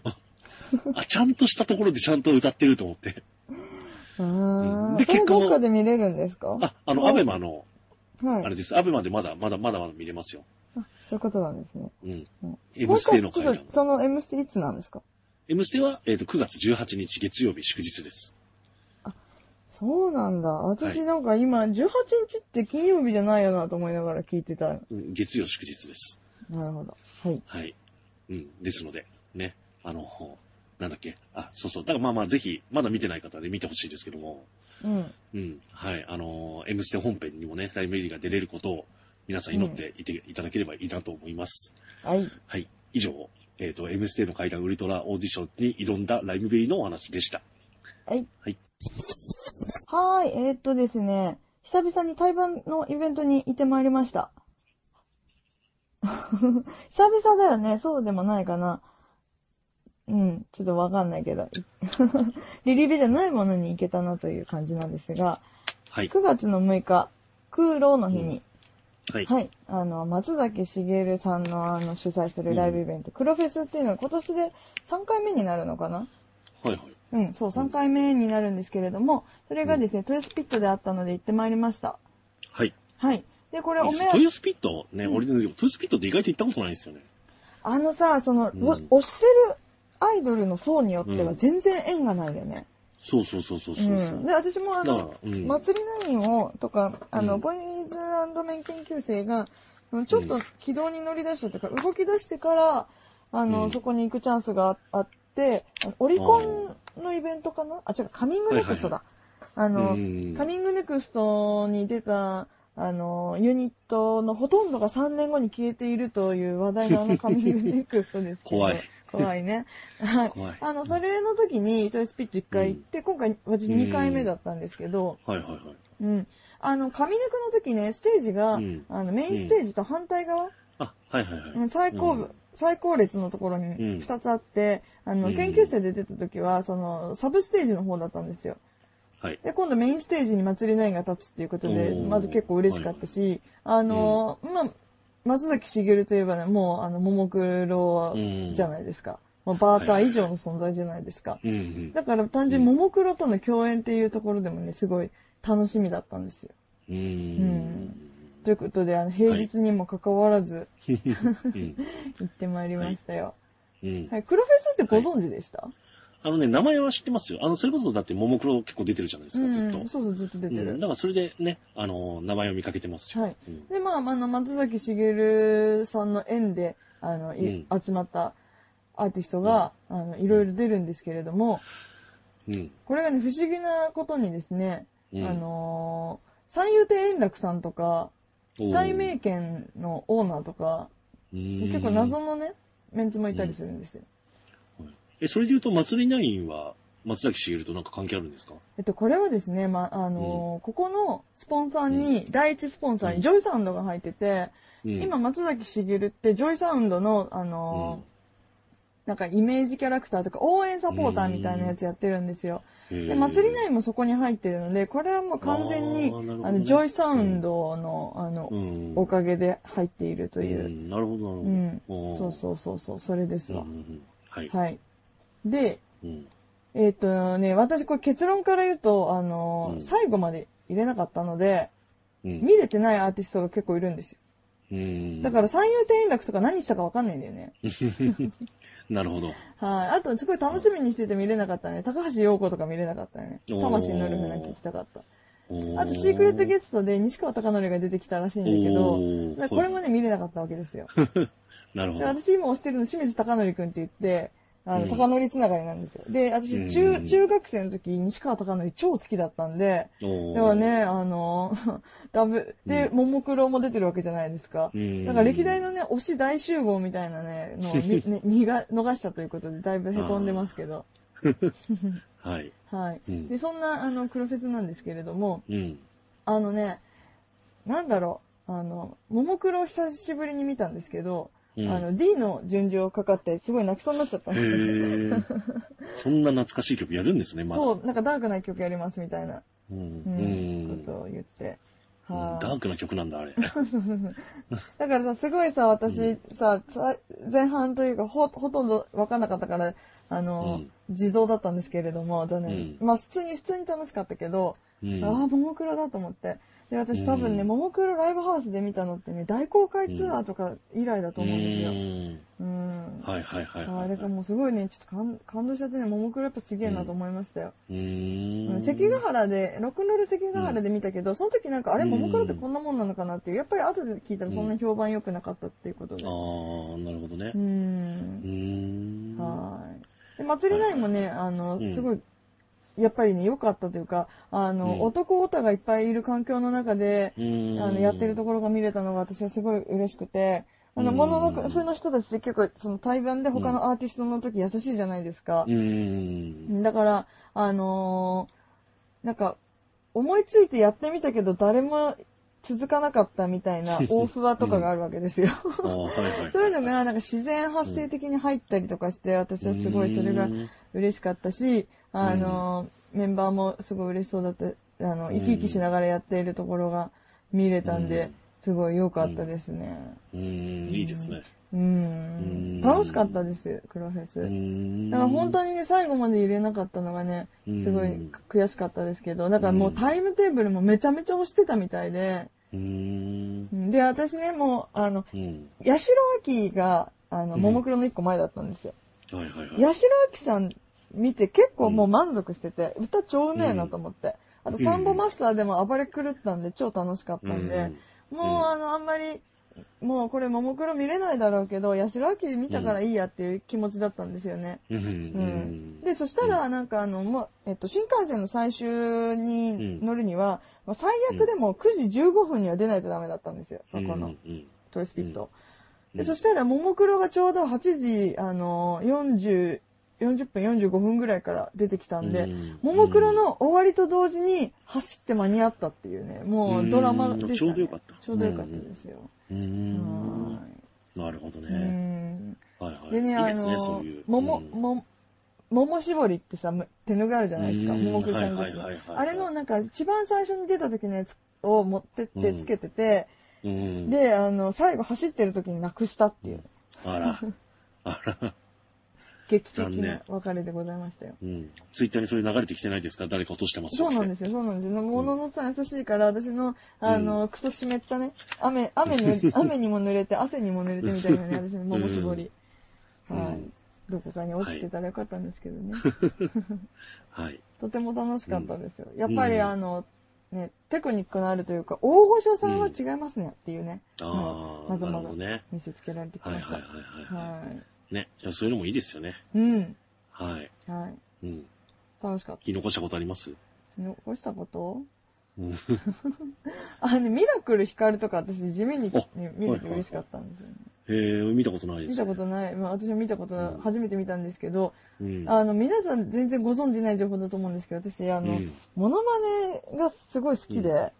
Speaker 1: あ、ちゃんとしたところでちゃんと歌ってると思って。
Speaker 2: あ
Speaker 1: で
Speaker 2: あ。それ
Speaker 1: 結果も
Speaker 2: どっかで見れるんですか
Speaker 1: あ、あの、アベマの、
Speaker 2: はい。
Speaker 1: あれです。アベマでまだ、まだ、まだまだ見れますよ。
Speaker 2: あそういうことなんですね。
Speaker 1: うん
Speaker 2: うん。も
Speaker 1: M
Speaker 2: う
Speaker 1: ス
Speaker 2: 一
Speaker 1: テ
Speaker 2: 回
Speaker 1: の
Speaker 2: ち
Speaker 1: 会
Speaker 2: ょっ
Speaker 1: 談
Speaker 2: と、。その M ステいつなんですか
Speaker 1: M ステは、えっ、と、9月18日月曜日祝日です。
Speaker 2: そうなんだ。私
Speaker 1: はい
Speaker 2: なんか今、18日って金曜日じゃないよなと思いながら聞いてた。な
Speaker 1: うん月曜祝日です。
Speaker 2: るほど。はい。
Speaker 1: はい。うん。ですので、ね。あの、なんだっけ。あ、そうそう。だからまあまあ、ぜひ、まだ見てない方はね、見てほしいですけども。
Speaker 2: うん。
Speaker 1: うん。はい。あの、M ステ本編にもね、ライブ入りが出れることを、皆さん祈っていて、いただければいいなと思います。
Speaker 2: はい。
Speaker 1: はい。以上、えっ、と、M ステの階段ウルトラオーディションに挑んだライブベリーのお話でした。
Speaker 2: はい。
Speaker 1: はい。
Speaker 2: はーい。えーっとですね、久々に対バンのイベントに行ってまいりました。 (laughs) 久々だよね。そうでもないかな。うん。ちょっとわかんないけど。 (laughs) リリベじゃないものに行けたなという感じなんですが、
Speaker 1: はい。
Speaker 2: 9月の6日、空老の日に、
Speaker 1: はい。
Speaker 2: はい。あの、松崎しげるさんのあの主催するライブイベント、黒フェスっていうのは今年で3回目になるのかな
Speaker 1: はい。はい。
Speaker 2: うん、そう、3回目になるんですけれども、それがですね、豊洲ピットであったので行ってまいりました。
Speaker 1: はい。
Speaker 2: はい。で、これ、おめ
Speaker 1: トイスピットね、俺でもトイスピットって意外と行ったことないんですよね。
Speaker 2: あのさ、その、
Speaker 1: うん
Speaker 2: お推してるアイドルの層によって
Speaker 1: う
Speaker 2: は
Speaker 1: ん
Speaker 2: 全然縁がないよね。
Speaker 1: そうそうそうそう
Speaker 2: う
Speaker 1: そうそ
Speaker 2: ん。
Speaker 1: う。
Speaker 2: で、私もあ
Speaker 1: だから
Speaker 2: の、、
Speaker 1: うん。
Speaker 2: 祭りナインを、とか、あの、
Speaker 1: うん
Speaker 2: ボーイズメン研究生が、ちょっと軌道に乗り出したというか、動き出してから、あの、
Speaker 1: うん
Speaker 2: そこに行くチャンスがああって、あのオリコンのイベントかなあ、違う、カミングネクストだ。あの、
Speaker 1: うん
Speaker 2: カミングネクストに出た、あの、ユニットのほとんどが3年後に消えているという話題の
Speaker 1: (laughs)
Speaker 2: あのカミングネクストですけど。
Speaker 1: 怖い。
Speaker 2: 怖いね。はい。
Speaker 1: 怖い。
Speaker 2: あの、それの時に、トイスピット1回行って、今回、私2回目だったんですけど、
Speaker 1: はいはいはい。
Speaker 2: うん。あの、上抜くの時ね、ステージが、
Speaker 1: うん
Speaker 2: あの、メインステージと反対側、
Speaker 1: あ、はいはいは
Speaker 2: うん
Speaker 1: い。
Speaker 2: 最後部、
Speaker 1: うん
Speaker 2: 最後列のところ
Speaker 1: うん
Speaker 2: に2つあって、あの、
Speaker 1: うん
Speaker 2: 研究生で出た時は、その、サブステージの方だったんですよ。
Speaker 1: はい。
Speaker 2: で、今度メインステージに祭りナインが立つっていうことで
Speaker 1: おー、
Speaker 2: まず結構嬉しかったし、あの、まあ、松崎しげるといえばね、もう、あの、ももクロ
Speaker 1: うん。
Speaker 2: じゃ
Speaker 1: い。
Speaker 2: ないですか。まあ、バーター以上の存在じゃないですか。
Speaker 1: うんうん。
Speaker 2: だから単純にももクロとの共演っていうところでもね、すごい楽しみだったんですよ。
Speaker 1: うん。
Speaker 2: ということで、あの、平日にもかかわらず
Speaker 1: うん。
Speaker 2: 行ってまいりましたよ。
Speaker 1: うん
Speaker 2: はい、黒フェスってご存知でした、
Speaker 1: あのね、名前は知ってますよ。あの、それこそだって、ももクロ結構出てるじゃないです
Speaker 2: う
Speaker 1: か、
Speaker 2: ん、
Speaker 1: ずっと。
Speaker 2: そうそう、ずっと出て
Speaker 1: うん
Speaker 2: る。
Speaker 1: だからそれでね、あの、名前を見かけてますし。
Speaker 2: はい。
Speaker 1: うん
Speaker 2: で、まあ、あの、松崎しげるさんの縁で、あの、い集まったアーティストが、あの、いろいろ出るんですけれども、
Speaker 1: うん。
Speaker 2: これがね、不思議なことにですね、
Speaker 1: うん
Speaker 2: あのー三遊亭円楽さんとか、
Speaker 1: おー
Speaker 2: 大名犬のオーナーとか、
Speaker 1: うん
Speaker 2: 結構謎のね、メンツもいたりするんですよ。
Speaker 1: え、それで言うと、祭りナインは、松崎しげるとなんか関係あるんですか
Speaker 2: えっと、これはですね、まあ、あのーここのスポンサーに、第一スポンサーにジョイサウンドが入ってて、
Speaker 1: うん
Speaker 2: 今、松崎しげるってジョイサウンドの、あのーなんかイメージキャラクターとか応援サポーターみたいなやつやってるんですよ。で、
Speaker 1: で
Speaker 2: 祭り内もそこに入ってるので、これはもう完全に、
Speaker 1: あー
Speaker 2: あ
Speaker 1: なるほどね
Speaker 2: の、ジョイサウンドの、あの、
Speaker 1: うん
Speaker 2: おかげで入っているというう。
Speaker 1: んなるほど、な
Speaker 2: う
Speaker 1: る
Speaker 2: ん。
Speaker 1: ほど。
Speaker 2: そうそうそうそう、それです
Speaker 1: うんう
Speaker 2: わ
Speaker 1: ん。うん。はい。
Speaker 2: はい。で、
Speaker 1: うん
Speaker 2: えっ、とね、私これ結論から言うと、あのー
Speaker 1: うん
Speaker 2: 最後まで入れなかったので、
Speaker 1: うん
Speaker 2: 見れてないアーティストが結構いるんですよ。
Speaker 1: うん
Speaker 2: だから三遊亭円楽とか何したかわかんないんだよね。
Speaker 1: なるほど。
Speaker 2: はい。あと、すごい楽しみにしてて見れなかったね。高橋洋子とか見れなかったね。
Speaker 1: おー
Speaker 2: 魂のルフなんか聞きたかった。
Speaker 1: おー
Speaker 2: あと、シークレットゲストで西川貴教が出てきたらしいんだけ
Speaker 1: お
Speaker 2: ど、
Speaker 1: ー
Speaker 2: だからこれもね、見れなかったわけですよ。
Speaker 1: なるほ
Speaker 2: で
Speaker 1: ど。
Speaker 2: 私今推してるの清水貴教くんって言って、あ
Speaker 1: う
Speaker 2: の、
Speaker 1: ん
Speaker 2: 貴教つながりなんですよ。で、
Speaker 1: うん
Speaker 2: 私、中、中学生の時、西川貴教超好きだったんで、
Speaker 1: おー
Speaker 2: だからね、あの、 (laughs) ダブ、で、
Speaker 1: う
Speaker 2: ももクロも出てるわけじゃないですか
Speaker 1: う。ん
Speaker 2: だから歴代のね、推し大集合みたいなね、の
Speaker 1: (laughs)
Speaker 2: をみ、ね、逃が、逃したということで、だいぶ凹んでますけど。
Speaker 1: はい。
Speaker 2: はい。
Speaker 1: うん
Speaker 2: で、そんな、あの、黒フェスなんですけれども、
Speaker 1: うん。
Speaker 2: あのね、なんだろう、あの、ももクロを久しぶりに見たんですけど、
Speaker 1: うん
Speaker 2: あの、D の順序をかかって、すごい泣きそうになっちゃったん
Speaker 1: へ
Speaker 2: です (laughs) よ
Speaker 1: ーそんな懐かしい曲やるんですね、まだ。
Speaker 2: そう、なんかダークな曲やりますみたいな、
Speaker 1: うん。う
Speaker 2: うん
Speaker 1: ん。
Speaker 2: ことを言って。
Speaker 1: うん
Speaker 2: はい
Speaker 1: ダークな曲なんだ、あれ。
Speaker 2: だからさ、すごいさ、私さ、さ前半というか、ほ、ほとんど分かんなかったから、あの、自動だったんですけれども、残念。まあ、普通に、普通に楽しかったけど、
Speaker 1: うん。
Speaker 2: ああ、ももクロだと思って。で、私多分ね、
Speaker 1: うん
Speaker 2: ももクロライブハウスで見たのってね、大公開ツアーとか以来だと思うんですよ。
Speaker 1: うん
Speaker 2: うん。
Speaker 1: はいはいはい
Speaker 2: あ
Speaker 1: は
Speaker 2: あ、
Speaker 1: い。
Speaker 2: だからもうすごいね、ちょっと感感動しちゃってね、ももクロやっぱすげえなと思いましたよ。
Speaker 1: う
Speaker 2: う
Speaker 1: ーん。
Speaker 2: ん、関ヶ原で、ロックンロール関ヶ原で見たけど、その時なんか、あれ、
Speaker 1: うん
Speaker 2: ももクロってこんなもんなのかなっていう、やっぱり後で聞いたらそんな評判良くなかったっていうことで。
Speaker 1: ああ、なるほどね
Speaker 2: う。
Speaker 1: うー
Speaker 2: ん。
Speaker 1: ん。
Speaker 2: はーい。で、祭り内もね、あの
Speaker 1: うん、
Speaker 2: すごい、やっぱりね、良かったというか、あの、
Speaker 1: うん
Speaker 2: 男オタがいっぱいいる環境の中で、
Speaker 1: うーん。
Speaker 2: あの、やってるところが見れたのが私はすごい嬉しくて、あの、
Speaker 1: うん
Speaker 2: ものの、その人たちって結構、その対バンで他のアーティストの時優しいじゃないですか
Speaker 1: う。ーん。
Speaker 2: だから、あのーなんか、思いついてやってみたけど、誰も続かなかったみたい
Speaker 1: (laughs)
Speaker 2: な大不和とかがあるわけですよ。
Speaker 1: ああ、はいはいはい。
Speaker 2: そういうのが、なんか自然発生的に入ったりとかして、私はすごいそれが
Speaker 1: うーん
Speaker 2: 嬉しかったし、あのーメンバーもすごい嬉しそうだった、あの、生き生きしながらやっているところが見れたん
Speaker 1: う
Speaker 2: で
Speaker 1: ん、
Speaker 2: すごい良かったですね。
Speaker 1: うーん、いいですね。う
Speaker 2: う
Speaker 1: ん
Speaker 2: ん。楽しかったです、黒フェス。
Speaker 1: うーん。
Speaker 2: だから本当にね、最後まで入れなかったのがね、
Speaker 1: うん
Speaker 2: すごい悔しかったですけど、だからもうタイムテーブルもめちゃめちゃ押してたみたいで、
Speaker 1: うーん。
Speaker 2: うんで、私ね、もう、あの、
Speaker 1: うん。
Speaker 2: 八代明が、あの、
Speaker 1: うん
Speaker 2: ももクロの一個前だったんですよ。
Speaker 1: はいはいはい。
Speaker 2: 八代明さん見て結構もう満足してて、歌超うめえなと思って。あと、サンボマスターでも暴れ狂ったんで超楽しかったんで、もうあの、あんまり、もうこれ、ももクロ見れないだろうけど、八代明見たからいいやっていう気持ちだったんですよね。
Speaker 1: うん。うん。うん
Speaker 2: で、そしたら、なんかあの、もう、えっと、新幹線の最終に
Speaker 1: うん
Speaker 2: 乗るには、まあ最悪でも9時15分には出ないとダメだったんですよ、そこ
Speaker 1: う
Speaker 2: の。
Speaker 1: ん
Speaker 2: トイスピット。
Speaker 1: うん
Speaker 2: で、そしたら、ももクロがちょうど8時、あの、40、40分45分ぐらいから出てきたんで、ももクロ、の終わりと同時に走って間に合ったっていうね、もうドラマでしたね。
Speaker 1: うんちょうどよかった
Speaker 2: ちょうどよかったですよ。
Speaker 1: うんう。
Speaker 2: うんん。
Speaker 1: なるほど
Speaker 2: う
Speaker 1: ね。
Speaker 2: ん。
Speaker 1: はいはい。
Speaker 2: でね、
Speaker 1: いい
Speaker 2: あ
Speaker 1: ですね、
Speaker 2: の
Speaker 1: そういう。、
Speaker 2: 桃、
Speaker 1: うん
Speaker 2: も、桃絞りってさ、む手ぬぐいあるじゃないですか、
Speaker 1: うん
Speaker 2: 桃くちゃんグッズ
Speaker 1: はいはいはい。
Speaker 2: の
Speaker 1: はい
Speaker 2: あれのなんか、一番最初に出た時のやつを持ってってつけてて、
Speaker 1: うん。
Speaker 2: で、あの、最後走ってる時になくしたっていう、
Speaker 1: あら。あら。
Speaker 2: 劇的
Speaker 1: 残念
Speaker 2: な別れでございましたよ。
Speaker 1: うん。ツイッターにそれ流れてきてないですか誰か落としてます。
Speaker 2: そうなんですすよ、そうなんですよ。もののさん優しいから、私の、あの、クソ湿ったね、雨、雨
Speaker 1: (laughs)
Speaker 2: に、雨にも濡れて、汗にも濡れてみたいなね、私の桃絞り。
Speaker 1: うん
Speaker 2: は
Speaker 1: うん
Speaker 2: い。どこかに落ちてたらよかったんですけどね。
Speaker 1: はい。
Speaker 2: とても楽しかったですよ。やっぱ
Speaker 1: う
Speaker 2: り
Speaker 1: ん
Speaker 2: あの、ね、テクニックのあるというか、大御所さんは違いますねっていうね、
Speaker 1: ああ、
Speaker 2: まず
Speaker 1: なる
Speaker 2: ま
Speaker 1: ほ
Speaker 2: だ
Speaker 1: どね。
Speaker 2: 見せつけられてき
Speaker 1: はい
Speaker 2: ま
Speaker 1: はい
Speaker 2: した。
Speaker 1: はい
Speaker 2: は。
Speaker 1: はいい。ね。いやそういうのもいいですよね。
Speaker 2: うん。
Speaker 1: はい。
Speaker 2: は
Speaker 1: う
Speaker 2: い。
Speaker 1: ん。
Speaker 2: 楽しかっ
Speaker 1: 言い残したことあります
Speaker 2: た。残したこと
Speaker 1: うん。
Speaker 2: (laughs) あ、ね、ミラクル光とか私地味に
Speaker 1: あ
Speaker 2: ね見れて嬉しかったんですよね。
Speaker 1: えー、見たことないで
Speaker 2: 見
Speaker 1: す。
Speaker 2: たことない。まあ私も見たこと
Speaker 1: う
Speaker 2: なんい、初めて見たんですけど、
Speaker 1: うん。
Speaker 2: あの、皆さん全然ご存知ない情報だと思うんですけど、私、あ
Speaker 1: う
Speaker 2: の、
Speaker 1: ん
Speaker 2: モノマネがすごい好き
Speaker 1: う
Speaker 2: で、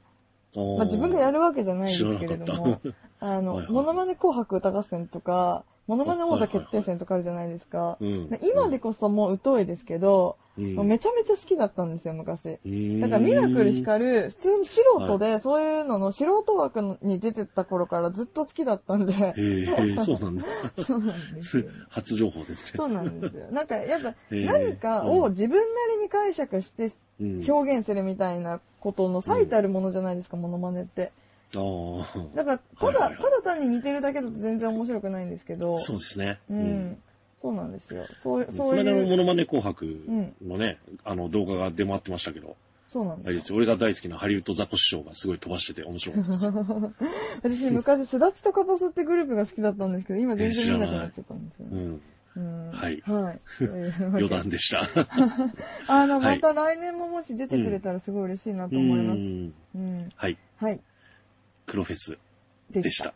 Speaker 1: おー
Speaker 2: まあ自分がやるわけじゃないんですけれ
Speaker 1: 知
Speaker 2: ど
Speaker 1: らなか
Speaker 2: も
Speaker 1: っ、
Speaker 2: あ
Speaker 1: はい
Speaker 2: の
Speaker 1: は、い
Speaker 2: モノマネ紅白歌合戦とか、モノマネ王座決定戦とかあるじゃないですか。
Speaker 1: うん
Speaker 2: で今でこそもう疎いですけど、
Speaker 1: うん
Speaker 2: もうめちゃめちゃ好きだったんですよ、昔。
Speaker 1: うん
Speaker 2: だからミラクル光る、普通に素人で、そういうのの素人枠に出てた頃からずっと好きだったんで、
Speaker 1: へえ、そうなんだ。 (laughs)
Speaker 2: そうなんですよ。
Speaker 1: 初情報ですね
Speaker 2: そうなんですよ。なんかやっぱ
Speaker 1: へえ
Speaker 2: 何かを自分なりに解釈して
Speaker 1: うん。
Speaker 2: 表現するみたいなことの最たるものじゃないですか、モノマネって。
Speaker 1: ああ。
Speaker 2: だから、
Speaker 1: は
Speaker 2: ただ、
Speaker 1: いはいはい
Speaker 2: ただ単に似てるだけだと全然面白くないんですけど、
Speaker 1: そうですね。
Speaker 2: う。ん。そうなんですよ。そう、
Speaker 1: こ
Speaker 2: そう
Speaker 1: の間の
Speaker 2: い
Speaker 1: モ
Speaker 2: う、
Speaker 1: ノマネ紅白のね、あの動画が出回ってましたけど、
Speaker 2: そうなん
Speaker 1: あれ
Speaker 2: で
Speaker 1: ですすよ。
Speaker 2: よ。
Speaker 1: 俺が大好きなハリウッドザコシショウがすごい飛ばしてて面白かったです。
Speaker 2: (laughs) 私昔、すだちとかぼすってグループが好きだったんですけど、今全
Speaker 1: え知
Speaker 2: 然
Speaker 1: ら
Speaker 2: 見
Speaker 1: な
Speaker 2: ないくなっちゃったんですよ
Speaker 1: う
Speaker 2: ね。 (laughs)
Speaker 1: ん。
Speaker 2: うん
Speaker 1: はい
Speaker 2: はい。そういうわけ
Speaker 1: 余
Speaker 2: で
Speaker 1: 談でした。
Speaker 2: (laughs) あの、
Speaker 1: は
Speaker 2: ま
Speaker 1: い
Speaker 2: た来年ももし出てくれたらすごい嬉しいなと思いま
Speaker 1: う
Speaker 2: す。
Speaker 1: ん
Speaker 2: うん。
Speaker 1: はい。
Speaker 2: はい。
Speaker 1: 黒フェス
Speaker 2: で
Speaker 1: でし。た。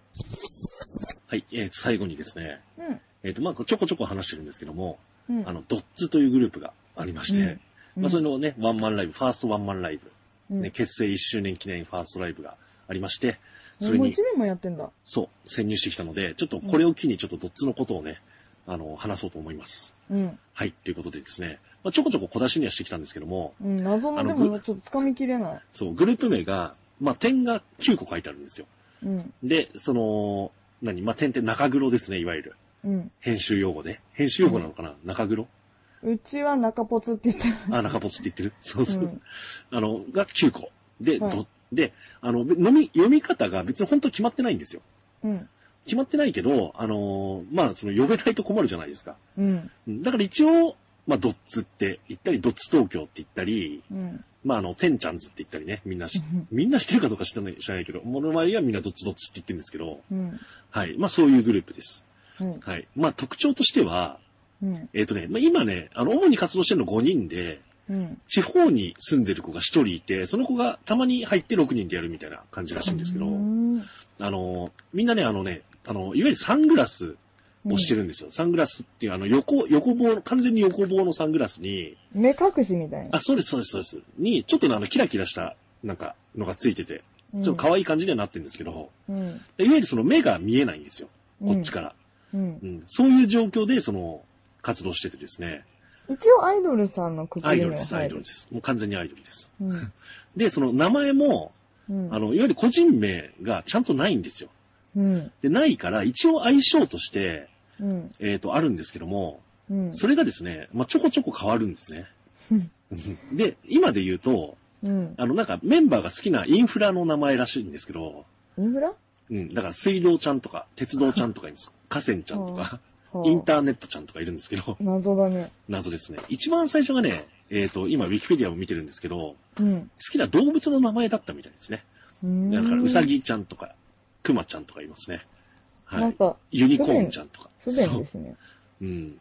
Speaker 1: はい。えー最後にですね、
Speaker 2: うん。
Speaker 1: えっ、と、まあ、ちょこちょこ話してるんですけども、
Speaker 2: うん。
Speaker 1: あの、ドッツというグループがありまして、
Speaker 2: うん
Speaker 1: まあ、それのね、ワンマンライブ、ファーストワンマンライブ、
Speaker 2: うん、
Speaker 1: ね、結成1周年記念ファーストライブがありまして、それ
Speaker 2: もう
Speaker 1: に
Speaker 2: 一、年もやってんだ。
Speaker 1: そう、潜入してきたので、ちょっとこれを機にちょっとどっちのことをね、あの、話そうと思います。
Speaker 2: うん。
Speaker 1: はい、ということでですね、まあ、ちょこちょこ小出しにはしてきたんですけども、
Speaker 2: うん。謎
Speaker 1: あ
Speaker 2: の、
Speaker 1: の
Speaker 2: で
Speaker 1: ぐ
Speaker 2: もちょっと掴みきれない。
Speaker 1: そう、グループ名が、まあ、点が9個書いてあるんですよ。
Speaker 2: うん。
Speaker 1: で、その、何まあ、点って中黒ですね、いわゆる。
Speaker 2: うん。
Speaker 1: 編集用語で。編集用語なのかな、中黒
Speaker 2: うちは中ポツって言って
Speaker 1: あ、中ポツって言ってるそうそう。
Speaker 2: うん
Speaker 1: あの、が9個。で、
Speaker 2: はい
Speaker 1: どで、あの、べ飲み、読み方が別に本当決まってないんですよ。
Speaker 2: うん。
Speaker 1: 決まってないけど、あのーまあ、その、呼べないと困るじゃないですか。
Speaker 2: うん。
Speaker 1: うんだから一応、まあ、ドッツって言ったり、ドッツ東京って言ったり、
Speaker 2: うん。
Speaker 1: まあ、あの、テンちゃんズって言ったりね、みんなし、みんな知ってるかどうか知らない、知らないけど、モノマネはみんなドッツドッツって言ってるんですけど、
Speaker 2: うん。
Speaker 1: はい。まあ、そういうグループです。
Speaker 2: うん。
Speaker 1: はい。まあ、特徴としては、
Speaker 2: うん。
Speaker 1: えっ、とね、まあ、今ね、あの、主に活動してるの5人で、
Speaker 2: うん。
Speaker 1: 地方に住んでる子が1人いて、その子がたまに入って6人でやるみたいな感じらしいんですけど、
Speaker 2: うん。
Speaker 1: あの、みんなね、あのね、あの、いわゆるサングラスをして
Speaker 2: る。
Speaker 1: るんですよ。サングラスっていう、あの、横、横棒の、完全に横棒のサングラスに、
Speaker 2: 目隠しみたいな
Speaker 1: あ、。そうです、そうです、そうです。に、ちょっとね、あの、キラキラした、なんか、のがついてて、
Speaker 2: ちょ
Speaker 1: ちょっと可愛い感じにはなってるんですけど、
Speaker 2: うん。
Speaker 1: でいわゆるその目が見えないんですよ。こっちか
Speaker 2: か。
Speaker 1: ら。
Speaker 2: うん
Speaker 1: う。ん。そういう状況で、その、活動しててですね、
Speaker 2: 一応アイドルさんのくく
Speaker 1: アイ
Speaker 2: り
Speaker 1: ドル
Speaker 2: には
Speaker 1: です、アイ
Speaker 2: 入
Speaker 1: ドル
Speaker 2: る
Speaker 1: で。す。もう完全にアイドルです。
Speaker 2: うん。
Speaker 1: で、その名前も、
Speaker 2: うん。
Speaker 1: (laughs) あの、いわゆる個人名がちゃんとないんですよ。
Speaker 2: うん。
Speaker 1: で、ないから、一応相性として、
Speaker 2: うん。
Speaker 1: えっ、と、あるんですけども、
Speaker 2: うん。
Speaker 1: それがですね、まあ、ちょこちょこ変わるんです
Speaker 2: (laughs)
Speaker 1: ね
Speaker 2: うん。
Speaker 1: で、今で言うと、
Speaker 2: うん。
Speaker 1: あの、なんかメンバーが好きなインフラの名前らしいんですけど、
Speaker 2: インフラ
Speaker 1: うん、だから水道ちゃんとか、鉄道ちゃんとかい
Speaker 2: (laughs)
Speaker 1: ます。河川ちゃんとか、イン
Speaker 2: ー。
Speaker 1: ターネットちゃんとかいるんですけど、
Speaker 2: 謎だね。
Speaker 1: 謎ですね。一番最初がね、えっ、と、今、ウィキペディアを見てるんですけど、好
Speaker 2: うん。
Speaker 1: きな動物の名前だったみたいですね。
Speaker 2: うん
Speaker 1: だから、うさ。ぎちゃんとか、くまちゃんとかいますね。は
Speaker 2: なん
Speaker 1: い。
Speaker 2: か、
Speaker 1: ユニコーンちゃんとか。
Speaker 2: 不便
Speaker 1: そう
Speaker 2: ですね。
Speaker 1: うん。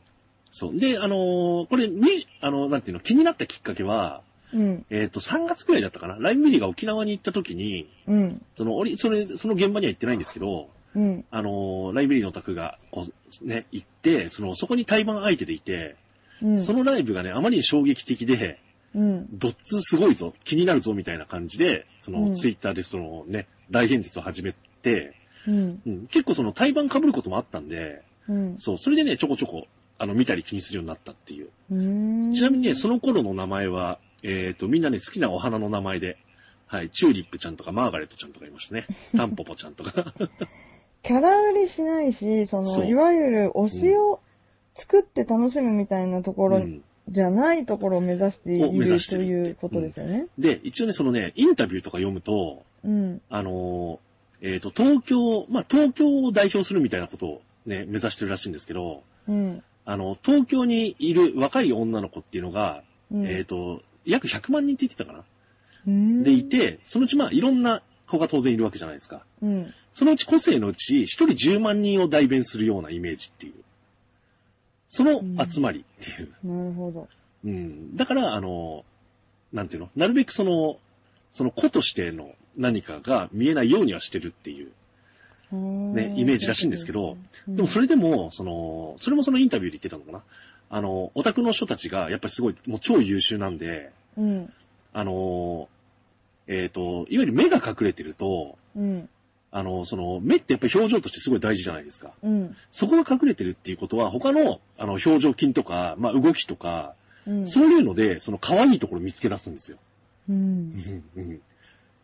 Speaker 1: そう。で、あのーこれ、み、あの、なんていうの、気になったきっかけは、
Speaker 2: うん。
Speaker 1: えっ、と、3月くらいだったかな。ライブミリが沖縄に行った時に、
Speaker 2: うん。
Speaker 1: その、俺、それ、その現場には行ってないんですけど、
Speaker 2: うん。
Speaker 1: あのーライブミリのお宅が、こう、ね、行って、その、そこに対バン相手でいて、
Speaker 2: うん。
Speaker 1: そのライブがね、あまりに衝撃的で、
Speaker 2: うん。
Speaker 1: ドッツすごいぞ、気になるぞ、みたいな感じで、そうの、
Speaker 2: ん
Speaker 1: ツイッターでそのね、大変説を始めて、
Speaker 2: うん。
Speaker 1: うん、結構その、対バン被ることもあったんで、
Speaker 2: うん。
Speaker 1: そう、それでね、ちょこちょこ、あの、見たり気にするようになったっていう。
Speaker 2: うん
Speaker 1: ちなみにね、その頃の名前は、えっ、と、みんなね、好きなお花の名前で、はい、チューリップちゃんとか、マーガレットちゃんとかいま
Speaker 2: (laughs)
Speaker 1: したね。タンポポちゃんとか。
Speaker 2: キャラ売りしないし、その、
Speaker 1: そう
Speaker 2: いわゆる推しを作って楽しむみたいなとこ
Speaker 1: う
Speaker 2: ろ
Speaker 1: ん、
Speaker 2: じゃないところを目指してい
Speaker 1: を目指
Speaker 2: る
Speaker 1: して
Speaker 2: と
Speaker 1: る
Speaker 2: いうことですよね。
Speaker 1: で、一応ね、そのね、インタビューとか読むと、
Speaker 2: うん。
Speaker 1: あのーえっ、と、東京、まあ、東京を代表するみたいなことをね、目指してるらしいんですけど、
Speaker 2: うん。
Speaker 1: あの、東京にいる若い女の子っていうのが、
Speaker 2: うん。
Speaker 1: えっ、と、約100万人って言ってたか
Speaker 2: うん
Speaker 1: な。で、い。て、そのうちまあ、いろんな子が当然いるわけじゃないですか。
Speaker 2: うん。
Speaker 1: そのうち個性のうち、一人10万人を代弁するようなイメージっていう。その集まりっていう。
Speaker 2: なるほど。
Speaker 1: うん。だから、あの、なんていうのなるべくその、その子としての何かが見えないようにはしてるっていう。
Speaker 2: ね
Speaker 1: イメージらしいんですけど、でもそ
Speaker 2: れ、
Speaker 1: れでも、その、それもそのインタビューで言ってたのかなあの、オタクの人たちがやっぱりすごい、もう超優秀なんで、
Speaker 2: うん。
Speaker 1: あの、えっ、と、いわゆる目が隠れてると、
Speaker 2: うん。
Speaker 1: あの、その、目ってやっぱり表情としてすごい大事じゃないですか。
Speaker 2: うん。
Speaker 1: そこが隠れてるっていうことは、他の、あの、表情筋とか、まあ、動きとか、
Speaker 2: うん。
Speaker 1: そういうので、その、可愛いところを見つけ出すんですよ。
Speaker 2: うん。
Speaker 1: うん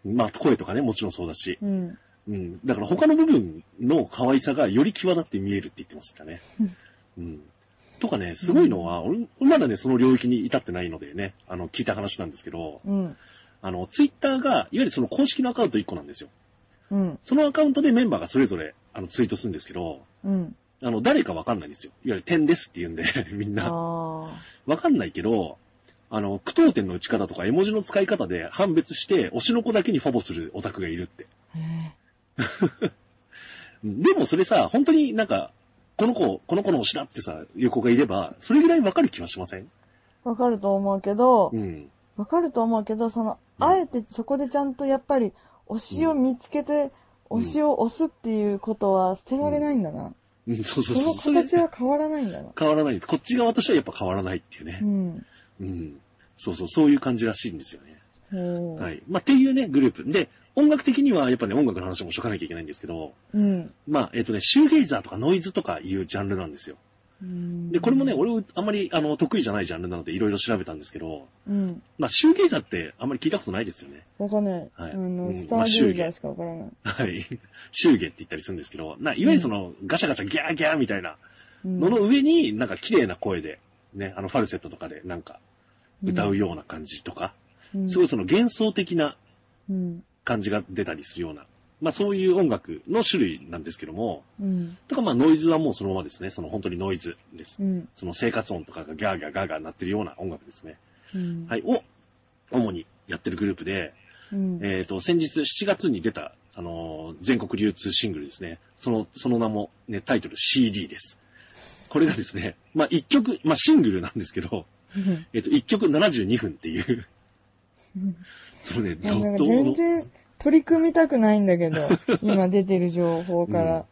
Speaker 1: うん。まあ、声とかね、もちろんそうだし。
Speaker 2: うん。
Speaker 1: うん。だから他の部分の可愛さがより際立って見えるって言ってましたね。うん。とかね、すごいのは、俺まだね、その領域に至ってないのでね、あの、聞いた話なんですけど、
Speaker 2: うん。
Speaker 1: あの、ツイッターが、いわゆるその公式のアカウント1個なんですよ。
Speaker 2: うん。
Speaker 1: そのアカウントでメンバーがそれぞれ、あの、ツイートするんですけど、
Speaker 2: うん。
Speaker 1: あの、誰かわかんないんですよ。いわゆる点ですって言うんで、 (laughs) みん
Speaker 2: あ
Speaker 1: な。
Speaker 2: あ。
Speaker 1: わかんないけど、あの、句読点の打ち方とか絵文字の使い方で判別して、推しの子だけにファボするオタクがいるって。
Speaker 2: へえ。
Speaker 1: でもそれさ、本当になんか、この子、この子の推しだってさ、いう子がいれば、それぐらいわかる気はしません
Speaker 2: わかると思うけど
Speaker 1: う、ん。
Speaker 2: わかると思うけど、その、
Speaker 1: うん
Speaker 2: あえてそこでちゃんとやっぱり、推しを見つけて、
Speaker 1: うん
Speaker 2: 推しを押すっていうことは捨てられないんだな。
Speaker 1: うん、そうそう
Speaker 2: そ
Speaker 1: そう。
Speaker 2: の
Speaker 1: それ
Speaker 2: 形は変わらないんだな。
Speaker 1: 変わらない。こっち側としてはやっぱ変わらないっていう
Speaker 2: う
Speaker 1: ね。
Speaker 2: ん。
Speaker 1: うん。そうそう、そういう感じらしいんですよね。
Speaker 2: へえ
Speaker 1: はい。まあ、っていうね、グループ。で、音楽的にはやっぱね、音楽の話もしとかなきゃいけないんですけど、
Speaker 2: うん。
Speaker 1: まあ、えっ、とね、シューゲイザーとかノイズとかいうジャンルなんですよ。
Speaker 2: うん
Speaker 1: で、これもね、、俺、あんまり、あの、得意じゃないジャンルなので、いろいろ調べたんですけど、
Speaker 2: うん。
Speaker 1: まあ、シューゲイザーってあんまり聞いたことないですよね。 (laughs)
Speaker 2: わかんない。
Speaker 1: はい
Speaker 2: あ
Speaker 1: う
Speaker 2: の、
Speaker 1: ん
Speaker 2: スタージュージャーしかわからない。
Speaker 1: はい。シューゲって言ったりするんですけど、な、いわゆるその、ガシャガシャギャーギャーみたいな
Speaker 2: うん
Speaker 1: のの上に、なんか綺麗な声で、ね、あの、ファルセットとかで、なんか、歌うような感じとか、
Speaker 2: うん
Speaker 1: すごいその幻想的な
Speaker 2: うん。
Speaker 1: 感じが出たりするような、まあそういう音楽の種類なんですけども、
Speaker 2: うん。
Speaker 1: とかまあノイズはもうそのままですね、その本当にノイズです
Speaker 2: う。ん。
Speaker 1: その生活音とかがギャーギャーガーガー鳴ってるような音楽ですね。
Speaker 2: うん。。
Speaker 1: はいい、を、主にやってるグループで、
Speaker 2: うん。
Speaker 1: えっ、と、先日7月に出た、あのー全国流通シングルですね。その、その名も、ね、タイトル CD です。これがですね、まあ、1曲、まあ、シングルなんですけど、えっ、と、1曲72分っていう、 (laughs) それね、
Speaker 2: もうなん
Speaker 1: 怒
Speaker 2: か
Speaker 1: 涛の
Speaker 2: 全、然取り組みたくないんだけど、今出てる情報から。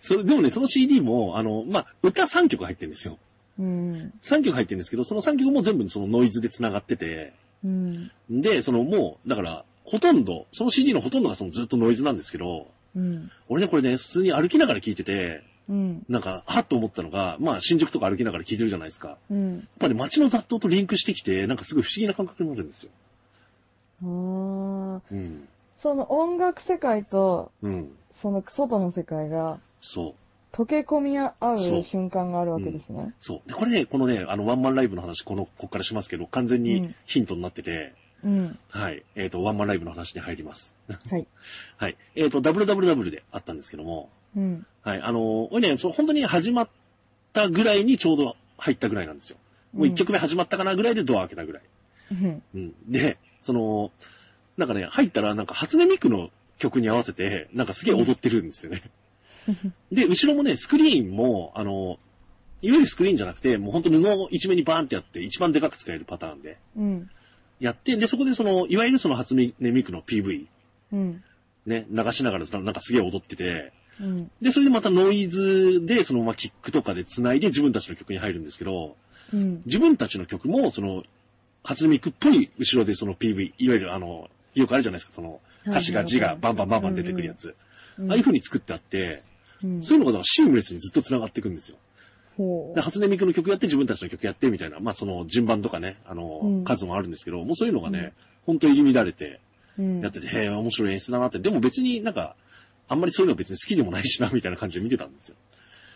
Speaker 1: それ、でもね、その CD も、あの、まあ、歌3曲入ってるんですよ。
Speaker 2: うん。
Speaker 1: 3曲入ってるんですけど、その3曲も全部そのノイズで繋がってて、
Speaker 2: うん。
Speaker 1: で、そのもう、だから、ほとんど、その CD のほとんどがそのずっとノイズなんですけど、
Speaker 2: うん。
Speaker 1: 俺ね、これね、普通に歩きながら聴いてて、
Speaker 2: うん。
Speaker 1: なんか、はっと思ったのが、まあ、新宿とか歩きながら聞いてるじゃないですか。やっ
Speaker 2: うん。
Speaker 1: ぱり街の雑踏とリンクしてきて、なんかすごい不思議な感覚になるんですよ。
Speaker 2: ああ。
Speaker 1: うん。
Speaker 2: その音楽世界と、
Speaker 1: うん。
Speaker 2: その外の世界が、
Speaker 1: そう。
Speaker 2: 溶け込み合
Speaker 1: そう
Speaker 2: う瞬間があるわけですね。
Speaker 1: そう。で、これね、このね、あの、ワンマンライブの話、この、こっからしますけど、完全
Speaker 2: う
Speaker 1: に
Speaker 2: ん
Speaker 1: ヒントになってて、
Speaker 2: うん。
Speaker 1: はい。えっ、と、ワンマンライブの話に入ります。
Speaker 2: はい。
Speaker 1: はい。えっ、と、WWW であったんですけども、
Speaker 2: うん。
Speaker 1: はい。あの、俺ね、そう、本当に始まったぐらいにちょうど入ったぐらいなんですよ。もう1曲目始まったかなぐらいでドア開けたぐらい。
Speaker 2: うん。
Speaker 1: うん。で、その、なんかね、入ったらなんか初音ミクの曲に合わせて、なんかすげえ踊ってるんですよね。で、後ろもね、スクリーンも、あの、いわゆるスクリーンじゃなくて、もう本当布を一面にバーンってやって、一番でかく使えるパターンで
Speaker 2: うん。
Speaker 1: やって、で、そこでその、いわゆるその初音ミクの PV、
Speaker 2: うん。
Speaker 1: ね、流しながらなんかすげえ踊ってて、
Speaker 2: うん。
Speaker 1: で、それでまたノイズで、そのままキックとかで繋いで自分たちの曲に入るんですけど、
Speaker 2: うん。
Speaker 1: 自分たちの曲も、その、初音ミクっぽい後ろでその PV、いわゆるあの、よくあるじゃないですか、その、歌詞が字がバンバンバンバン出てくるやつ。
Speaker 2: うん。
Speaker 1: ああいう風に作ってあって、
Speaker 2: うん
Speaker 1: そういうのがだからシームレスにずっと繋がっていくんですよ。
Speaker 2: ほ
Speaker 1: で初音ミクの曲やって自分たちの曲やってみたいな、まあその順番とかね、あの、
Speaker 2: うん
Speaker 1: 数もあるんですけど、もうそういうのが
Speaker 2: うん
Speaker 1: ね、本当に入り乱れて
Speaker 2: う。うん
Speaker 1: やってて、へえ、面白い演出だなって。でも別になんか、あんまりそういうの別に好きでもないしな、みたいな感じで見てたんですよ。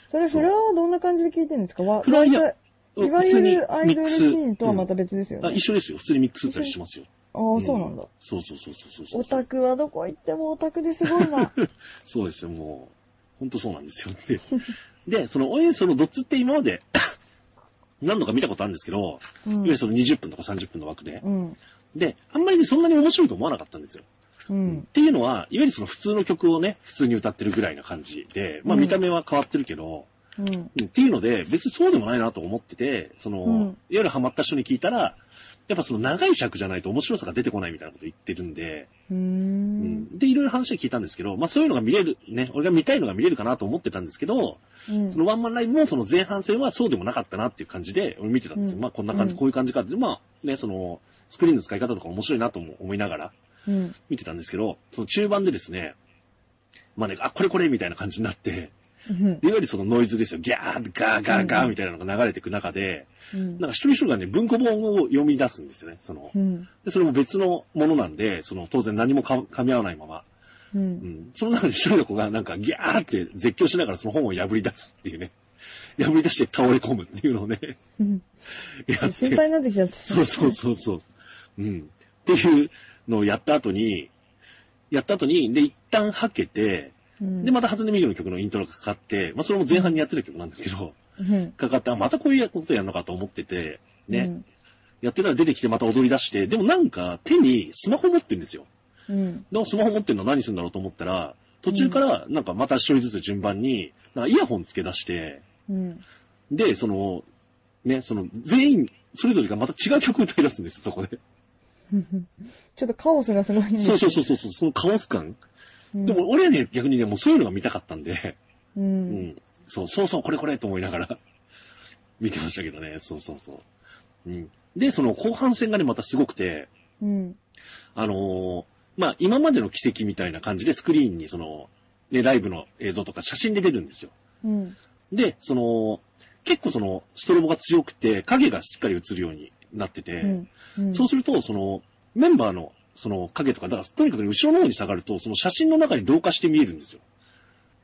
Speaker 2: それ、
Speaker 1: そう
Speaker 2: フラワーはどんな感じで聞いてるんですかわ
Speaker 1: フラワーいや
Speaker 2: わいわ
Speaker 1: 普
Speaker 2: ゆ
Speaker 1: 通に
Speaker 2: るアイドルシーンとは
Speaker 1: ミ
Speaker 2: ま
Speaker 1: ック
Speaker 2: た別ですよ
Speaker 1: スうんあ
Speaker 2: ね。
Speaker 1: 一緒ですよ。普通にミックス打ったりしますよ。
Speaker 2: ああー、そうなんだ。
Speaker 1: そうそうそうそうそうそう。
Speaker 2: オタクはどこ行ってもオタクですごいな。
Speaker 1: そうですよ、もう。ほんとそうなんですよ。で、でその、オエそのドッツって今まで、 (coughs) 何度か見たことあるんですけど、
Speaker 2: う
Speaker 1: いわ
Speaker 2: ん
Speaker 1: ゆるその20分とか30分の枠で。
Speaker 2: うん。
Speaker 1: で、あんまりね、そんなに面白いと思わなかったんですよ。
Speaker 2: う
Speaker 1: っ
Speaker 2: ん。
Speaker 1: ていうのは、いわゆるその普通の曲をね、普通に歌ってるぐらいな感じで、まあ
Speaker 2: うん
Speaker 1: 見た目は変わってるけど、
Speaker 2: うん。
Speaker 1: うんっていうので、別にそうでもないなと思ってて、その、
Speaker 2: うん
Speaker 1: いわゆるハマった人に聞いたら、やっぱその長い尺じゃないと面白さが出てこないみたいなこと言ってるんで、
Speaker 2: うー。
Speaker 1: うんん、で、いろいろ話を聞いたんですけど、まあそういうのが見れる、ね、俺が見たいのが見れるかなと思ってたんですけど、
Speaker 2: うん
Speaker 1: そのワンマンライブもその前半戦はそうでもなかったなっていう感じで、俺見てたんですよ。
Speaker 2: うん
Speaker 1: まあこんな感じ、
Speaker 2: うん
Speaker 1: こういう感じかって、まあね、その、スクリーンの使い方とか面白いなとも思いながら、
Speaker 2: うん。
Speaker 1: 見てたんですけど、その中盤でですね、まあね、あ、これこれみたいな感じになって、
Speaker 2: うん
Speaker 1: でいわゆるそのノイズですよ。ギャーってガーガーガーみたいなのが流れていく中で、
Speaker 2: うん
Speaker 1: なんか一人一人がね、文庫本を読み出すんですよね。その
Speaker 2: う、ん。
Speaker 1: でそれも別のものなんで、その当然何もか噛み合わないまま。
Speaker 2: う。
Speaker 1: うんん。その中で一人の子がなんかギャーって絶叫しながらその本を破り出すっていうね。 (laughs) 破り出して倒れ込むっていうのをね、
Speaker 2: うん
Speaker 1: やって。
Speaker 2: 心配になってきちゃった。
Speaker 1: そうそうそうそう。 (laughs) うん。っていうのをやった後に、やった後に、で、一旦はけて、
Speaker 2: うん。
Speaker 1: で、また初音ミクの曲のイントロがかかって、まあ、それも前半にやってる曲なんですけど、
Speaker 2: うん。
Speaker 1: かかって、あまたこういうことやるのかと思ってて、ね、
Speaker 2: うん。
Speaker 1: やってたら出てきてまた踊り出して、でもなんか手にスマホ持ってるんですよ。
Speaker 2: うん。
Speaker 1: でもスマホ持ってるの何するんだろうと思ったら、途中からなんかまた一人ずつ順番に、なんかイヤホンつけ出して、
Speaker 2: うん。
Speaker 1: で、その、ね、その、全員、それぞれがまた違う曲歌い出すんですよ、そこで。
Speaker 2: ちょっとカオスがすごいんです
Speaker 1: そうそうそうそう、そのカオス感。
Speaker 2: うん。
Speaker 1: でも俺はね、逆にね、もうそういうのが見たかったんで、
Speaker 2: う。
Speaker 1: うんん。そう、そうそう、これこれと思いながら、 (laughs) 見てましたけどね、そうそうそう。うん。で、その後半戦がね、またすごくて、
Speaker 2: うん。
Speaker 1: あのーまあ、今までの奇跡みたいな感じでスクリーンにその、ね、ライブの映像とか写真で出るんですよ。
Speaker 2: うん。
Speaker 1: で、その、結構その、ストロボが強くて、影がしっかり映るようになってて、
Speaker 2: うん。
Speaker 1: そうすると、その、メンバーの、その影とか、だから、とにかく後ろの方に下がると、その写真の中に同化して見えるんですよ。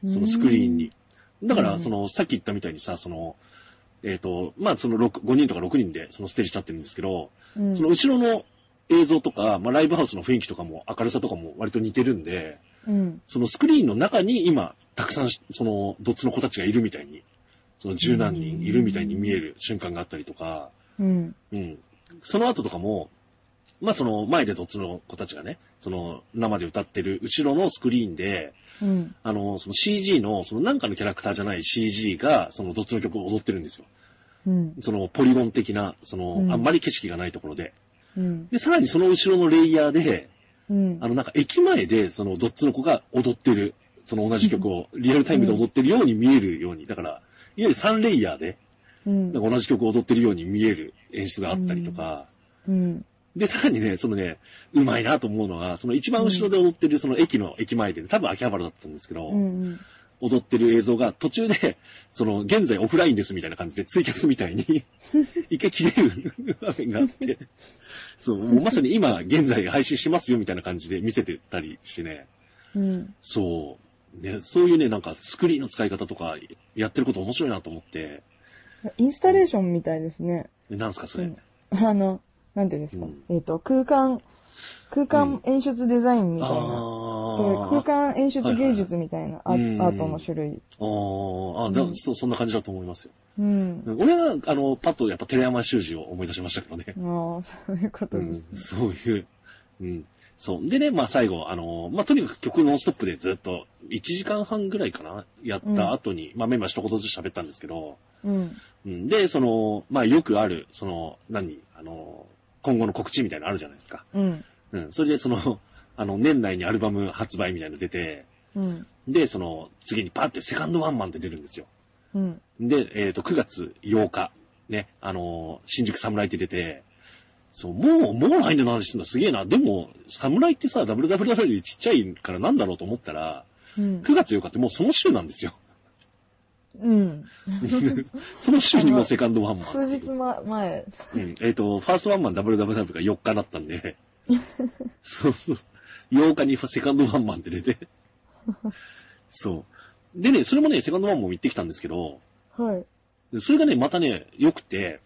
Speaker 1: そのスクリーンに。だか
Speaker 2: う
Speaker 1: ら、
Speaker 2: ん
Speaker 1: その、さっき言ったみたいにさ、その、えっ、と、まあ、その6、5人とか6人で、そのステージ立ってるんですけど、
Speaker 2: うん。
Speaker 1: その後ろの映像とか、まあ、ライブハウスの雰囲気とかも、明るさとかも割と似てるんで、
Speaker 2: うん。
Speaker 1: そのスクリーンの中に今、たくさんし、その、ドッツの子たちがいるみたいに、その十何人いるみたいに見える瞬間があったりとか、
Speaker 2: うん。
Speaker 1: うん。その後とかも、まあその前でどっちの子たちがね、その生で歌ってる後ろのスクリーンで、
Speaker 2: うん。
Speaker 1: あの、その CG の、そのなんかのキャラクターじゃない CG が、そのどっちの曲を踊ってるんですよ。
Speaker 2: うん。
Speaker 1: そのポリゴン的な、その、
Speaker 2: うん
Speaker 1: あんまり景色がないところで。
Speaker 2: うん。
Speaker 1: で、さらにその後ろのレイヤーで、
Speaker 2: うん
Speaker 1: あ。のなんか駅前で、そのどっちの子が踊ってる、その同じ曲をリアルタイムで踊ってるように見えるように、だから、いわゆる3レイヤーで、
Speaker 2: うん
Speaker 1: なんか同じ曲を踊ってるように見える演出があったりとか、
Speaker 2: うん。
Speaker 1: で、さらにね、そのね、うまいなと思うのが、その一番後ろで踊ってる、その駅の駅前で、多分秋葉原だったんですけど、
Speaker 2: うん。
Speaker 1: 踊ってる映像が途中で、その、現在オフラインですみたいな感じでツイキャスみたい
Speaker 2: (laughs)
Speaker 1: に、一回切れる場面があって、そう、もうまさに今、現在配信してますよみたいな感じで見せてたりしてね、
Speaker 2: うん。
Speaker 1: そう、ね、そういうね、なんかスクリーンの使い方とか、やってること面白いなと思って、
Speaker 2: インスタレーションみたいですね。
Speaker 1: なんすかそれ。
Speaker 2: うんあの、なんていうんですか。
Speaker 1: うん
Speaker 2: えっ、と、空間、空間演出デザインみたいな。そういう空
Speaker 1: ああ、
Speaker 2: 間演出芸術みたいなア,、
Speaker 1: はいはいはい
Speaker 2: アートの種類。
Speaker 1: あーあ、だ
Speaker 2: うん
Speaker 1: そうそんな感じだと思いますよ。
Speaker 2: うん。
Speaker 1: 俺は、あの、パッとやっぱ寺山修司を思い出しましたけどね。
Speaker 2: ああ、そういうこと
Speaker 1: う
Speaker 2: です
Speaker 1: ん、そういう。うん。そう。でね、まあ最後、あの、まあとにかく曲ノンストップでずっと1時間半ぐらいかな、やった後に、まあメンバー一言ずつ喋ったんですけど、
Speaker 2: うん。
Speaker 1: うん、で、その、まあよくある、その、何、あの、今後の告知みたいなのあるじゃないですか。
Speaker 2: うん。
Speaker 1: うん。それでその、 (laughs) あの、年内にアルバム発売みたいなの出て、
Speaker 2: うん。
Speaker 1: で、その、次にパーってセカンドワンマンって出るんですよ。
Speaker 2: うん。
Speaker 1: で、えっ、と、9月8日、ね、あのー新宿侍って出て、そう、もう、もう来年の話するのすげえな。でも、侍ってさ、WWW よりちっちゃいからなんだろうと思ったら、
Speaker 2: うん。
Speaker 1: 9月8日ってもうその週なんですよ。
Speaker 2: うん。
Speaker 1: その週にもうセカンドワンマン。
Speaker 2: 数日ま前。
Speaker 1: うん。えっ、と、ファーストワンマン WWW が4日だったん
Speaker 2: (laughs)
Speaker 1: で、そうそう。8日にセカンドワンマンって出て、そう。でね、それもね、セカンドワンマンも行ってきたんですけど、
Speaker 2: はい。
Speaker 1: それがね、またね、良くて、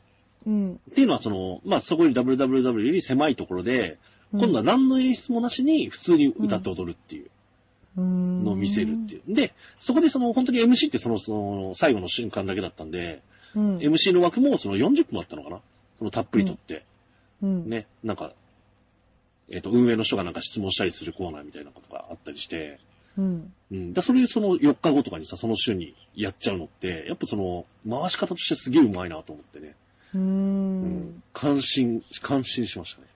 Speaker 2: うん。
Speaker 1: っていうのは、その、まあ、そこに WWW より狭いところで、今度は何の演出もなしに普通に歌って踊るっていうの
Speaker 2: の
Speaker 1: を見せるっていう。で、そこでその本当に MC ってその、その、最後の瞬間だけだったんで、
Speaker 2: うん。うん。
Speaker 1: MC の枠もその40分あったのかなそのたっぷりとって、
Speaker 2: うん。
Speaker 1: ね、なんか、えっ、と、運営の人がなんか質問したりするコーナーみたいなことがあったりして、
Speaker 2: うん。
Speaker 1: うん。だそれその4日後とかにさ、その週にやっちゃうのって、やっぱその、回し方としてすげえうまいなと思ってね。
Speaker 2: う
Speaker 1: うんん。。感心、感心しましたね。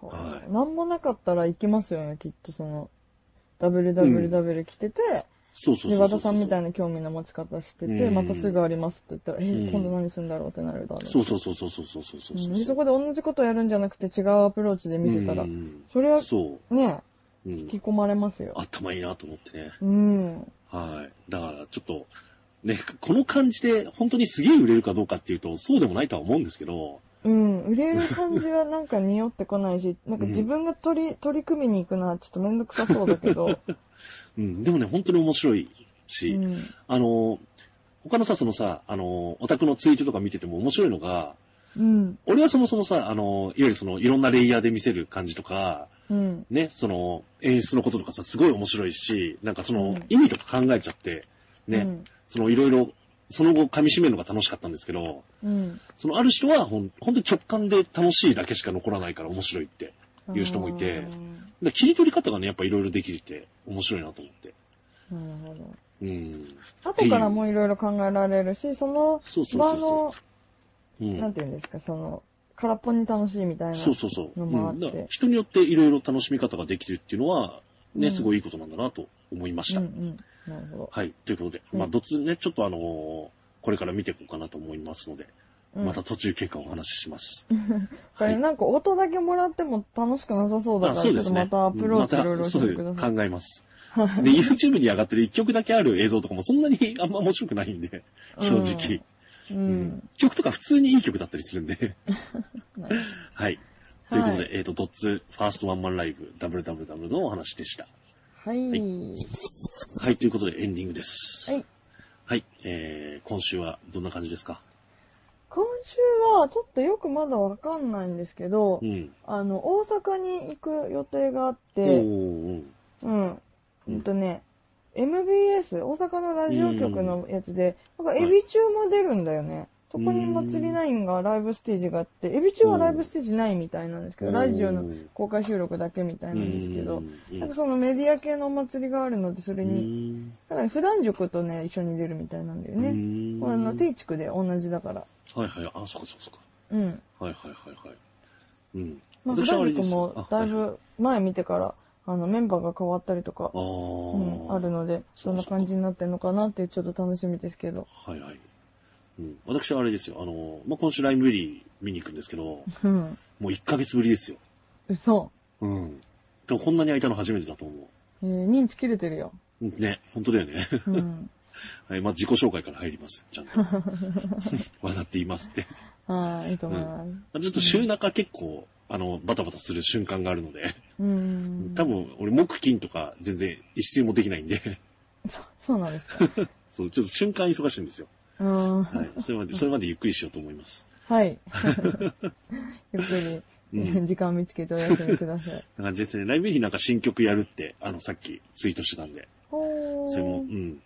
Speaker 2: は
Speaker 1: はい
Speaker 2: い。なんもなかったら行きますよね、きっとその。WWW 来てて、
Speaker 1: そうそうそうそうそう。
Speaker 2: で、和田さんみたい
Speaker 1: な。
Speaker 2: な興味の持ち方して
Speaker 1: う
Speaker 2: て、
Speaker 1: ん
Speaker 2: またすぐありますって言ったら、え
Speaker 1: うん
Speaker 2: ー、今度何するんだろうってなるだろう。
Speaker 1: そうそうそうそうそうそうそうそう
Speaker 2: うんでそこで同じことやるんじゃなくて違うアプローチで見せたら
Speaker 1: う、ん
Speaker 2: それは
Speaker 1: そ
Speaker 2: ね、
Speaker 1: う。うん
Speaker 2: 引き込まれますよ。
Speaker 1: 頭いいなと思ってね。
Speaker 2: うん。
Speaker 1: はい。だから、ちょっと、ね、この感じで本当にすげえ売れるかどうかっていうと、そうでもないとは思うんですけど、
Speaker 2: うん。売れる感じはなんか匂ってこないし、なんか
Speaker 1: うん
Speaker 2: 自分が取り、取り組みに行くのはちょっとめんどくさそうだ
Speaker 1: (laughs)
Speaker 2: けど、
Speaker 1: うん、でもね、本当に面白いうし、
Speaker 2: ん。
Speaker 1: あの、他のさ、そのさ、あの、オタクのツイートとか見てても面白いのが、
Speaker 2: うん。
Speaker 1: 俺はそもそもさ、あの、いわゆるその、いろんなレイヤーで見せる感じとか、
Speaker 2: うん。
Speaker 1: ね、その、演出のこととかさ、すごい面白いし、なんかその
Speaker 2: うん、
Speaker 1: 意味とか考えちゃって、ね、
Speaker 2: うん。
Speaker 1: その、いろいろ、その後噛み締めるのが楽しかったんですけど、
Speaker 2: うん。
Speaker 1: その、ある人はほん、本当に直感で楽しいだけしか残らないから面白いって。だかいう人もいてら切り取り方がね、やっぱいろいろできて、面白いなと思って。
Speaker 2: あー。なるほど。
Speaker 1: うん。
Speaker 2: 後からもいろいろ考えられるし、その
Speaker 1: そうそう
Speaker 2: 場
Speaker 1: そうそ
Speaker 2: の、
Speaker 1: う。うん
Speaker 2: なんていうんですか、その、空っぽに楽しいみたいな。
Speaker 1: そうそうそう。う
Speaker 2: のもあっ
Speaker 1: ん、
Speaker 2: て
Speaker 1: だから人によっていろいろ楽しみ方ができてるっていうのは、ね、
Speaker 2: うん
Speaker 1: すごいいいことなんだなと思いました。
Speaker 2: うんうん。なるほど。
Speaker 1: はい。ということで、
Speaker 2: うん
Speaker 1: まあ、どつね、ちょっとあのーこれから見ていこうかなと思いますので、
Speaker 2: うん
Speaker 1: また途中経過をお話しします。
Speaker 2: こ
Speaker 1: は
Speaker 2: れ
Speaker 1: い
Speaker 2: なんか音だけもらっても楽しくなさそうだ
Speaker 1: あ
Speaker 2: から、
Speaker 1: そう
Speaker 2: ち
Speaker 1: で
Speaker 2: ょっと
Speaker 1: すね。
Speaker 2: またアプローチいろいろ
Speaker 1: またそ
Speaker 2: 教
Speaker 1: う
Speaker 2: え
Speaker 1: です
Speaker 2: てください。
Speaker 1: 考えます。で、YouTube に上がってる1曲だけある映像とかもそんなにあんま面白くないんで、正直。う
Speaker 2: う
Speaker 1: ん
Speaker 2: ん。
Speaker 1: 曲とか普通にいい曲だったりするんで。
Speaker 2: なる
Speaker 1: はい。ということで、えっ、と、ドッツファーストワンマンライブ WWW のお話でした。
Speaker 2: はい。
Speaker 1: ははい、ということでエンディングです。
Speaker 2: はい。
Speaker 1: はい、えー、今週はどんな感じですか
Speaker 2: 今週は、ちょっとよくまだわかんないんですけど
Speaker 1: う、ん。
Speaker 2: あの、大阪に行く予定があっ
Speaker 1: お
Speaker 2: て、
Speaker 1: ー
Speaker 2: うん。うんとね、MBS、大阪のラジオ局のやつで、なんかエビ中も出るんだよね。そこに祭りナインがライブステージがあって、エビ中はライブステージないみたいなんですけ
Speaker 1: う
Speaker 2: ど、
Speaker 1: ん。
Speaker 2: ラジオの公開収録だけみたいなんですけ
Speaker 1: う
Speaker 2: ど、
Speaker 1: ん。
Speaker 2: なんかそのメディア系のお祭りがあるので、それに、だから普段塾とね、一緒に出るみたいなんだよね。
Speaker 1: ね
Speaker 2: これあの、T 地区で同じだから。
Speaker 1: はいはい、あ、そっかそっかそっか。
Speaker 2: うん。
Speaker 1: はいはいはいはい。うん。
Speaker 2: まあ、普
Speaker 1: 私はあ
Speaker 2: 段
Speaker 1: れで
Speaker 2: 塾
Speaker 1: す
Speaker 2: もだい
Speaker 1: あはい
Speaker 2: ぶ前見てから、あの、メンバーが変わったりとか
Speaker 1: あ、ー、
Speaker 2: うん、あるので、
Speaker 1: そ
Speaker 2: ど
Speaker 1: うんそう
Speaker 2: な感じになってるのかなって、ちょっと楽しみですけど。
Speaker 1: はいはい。うん。私はあれですよ、あの、まあ、今週ライムリー見に行くんですけど、
Speaker 2: うん。
Speaker 1: もう1ヶ月ぶりですよ。
Speaker 2: 嘘。
Speaker 1: うん。でもこんなに空いたの初めてだと思
Speaker 2: えー認知切れてるよ。
Speaker 1: う。ね、本当だよね。
Speaker 2: うん。
Speaker 1: はい、まあ、自己紹介から入ります。 (laughs) ちゃんと。わざって言いますって。
Speaker 2: はい、いいと思います。
Speaker 1: まあちょっと週中結構、あの、バタバタする瞬間があるので、
Speaker 2: うん。
Speaker 1: 多。分、俺、木金とか全然一睡もできないんで、 (laughs)
Speaker 2: そ、そうなんですか。
Speaker 1: そう、ちょっと瞬間忙しいんですよ。
Speaker 2: うん。
Speaker 1: はい。それまで、それまでゆっくりしようと思います。
Speaker 2: はい。ゆっく
Speaker 1: う
Speaker 2: り、
Speaker 1: ん。
Speaker 2: 時間を見つけてお休みくださ (laughs) い。
Speaker 1: な感じですね。ライブリーなんか新曲やるって、あの、さっきツイートしてたんで、
Speaker 2: ほー。
Speaker 1: それも、うん。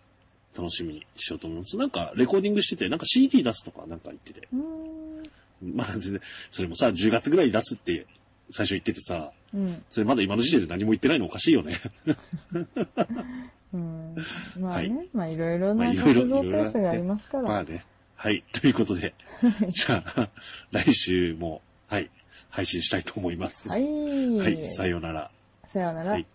Speaker 1: 楽しみにしようと思います。なんか、レコーディングしてて、なんか CD 出すとかなんか言ってて。
Speaker 2: うん。
Speaker 1: まだ全然、それもさ、10月ぐらいに出すって、最初言っててさ、
Speaker 2: うん。
Speaker 1: それまだ今の時点で何も言ってないのおかしいよ (laughs) ね。
Speaker 2: うん。まあ
Speaker 1: は
Speaker 2: ね、まあいろいろ
Speaker 1: まあ
Speaker 2: ない
Speaker 1: ろいろ
Speaker 2: 活動ペースがありますか
Speaker 1: ま
Speaker 2: ら
Speaker 1: あ。ね。はい。ということ (laughs) で、じゃあ、来週も、はい、配信したいと思います。
Speaker 2: はい。
Speaker 1: はい、さようなら。
Speaker 2: さような
Speaker 1: は
Speaker 2: ら
Speaker 1: い。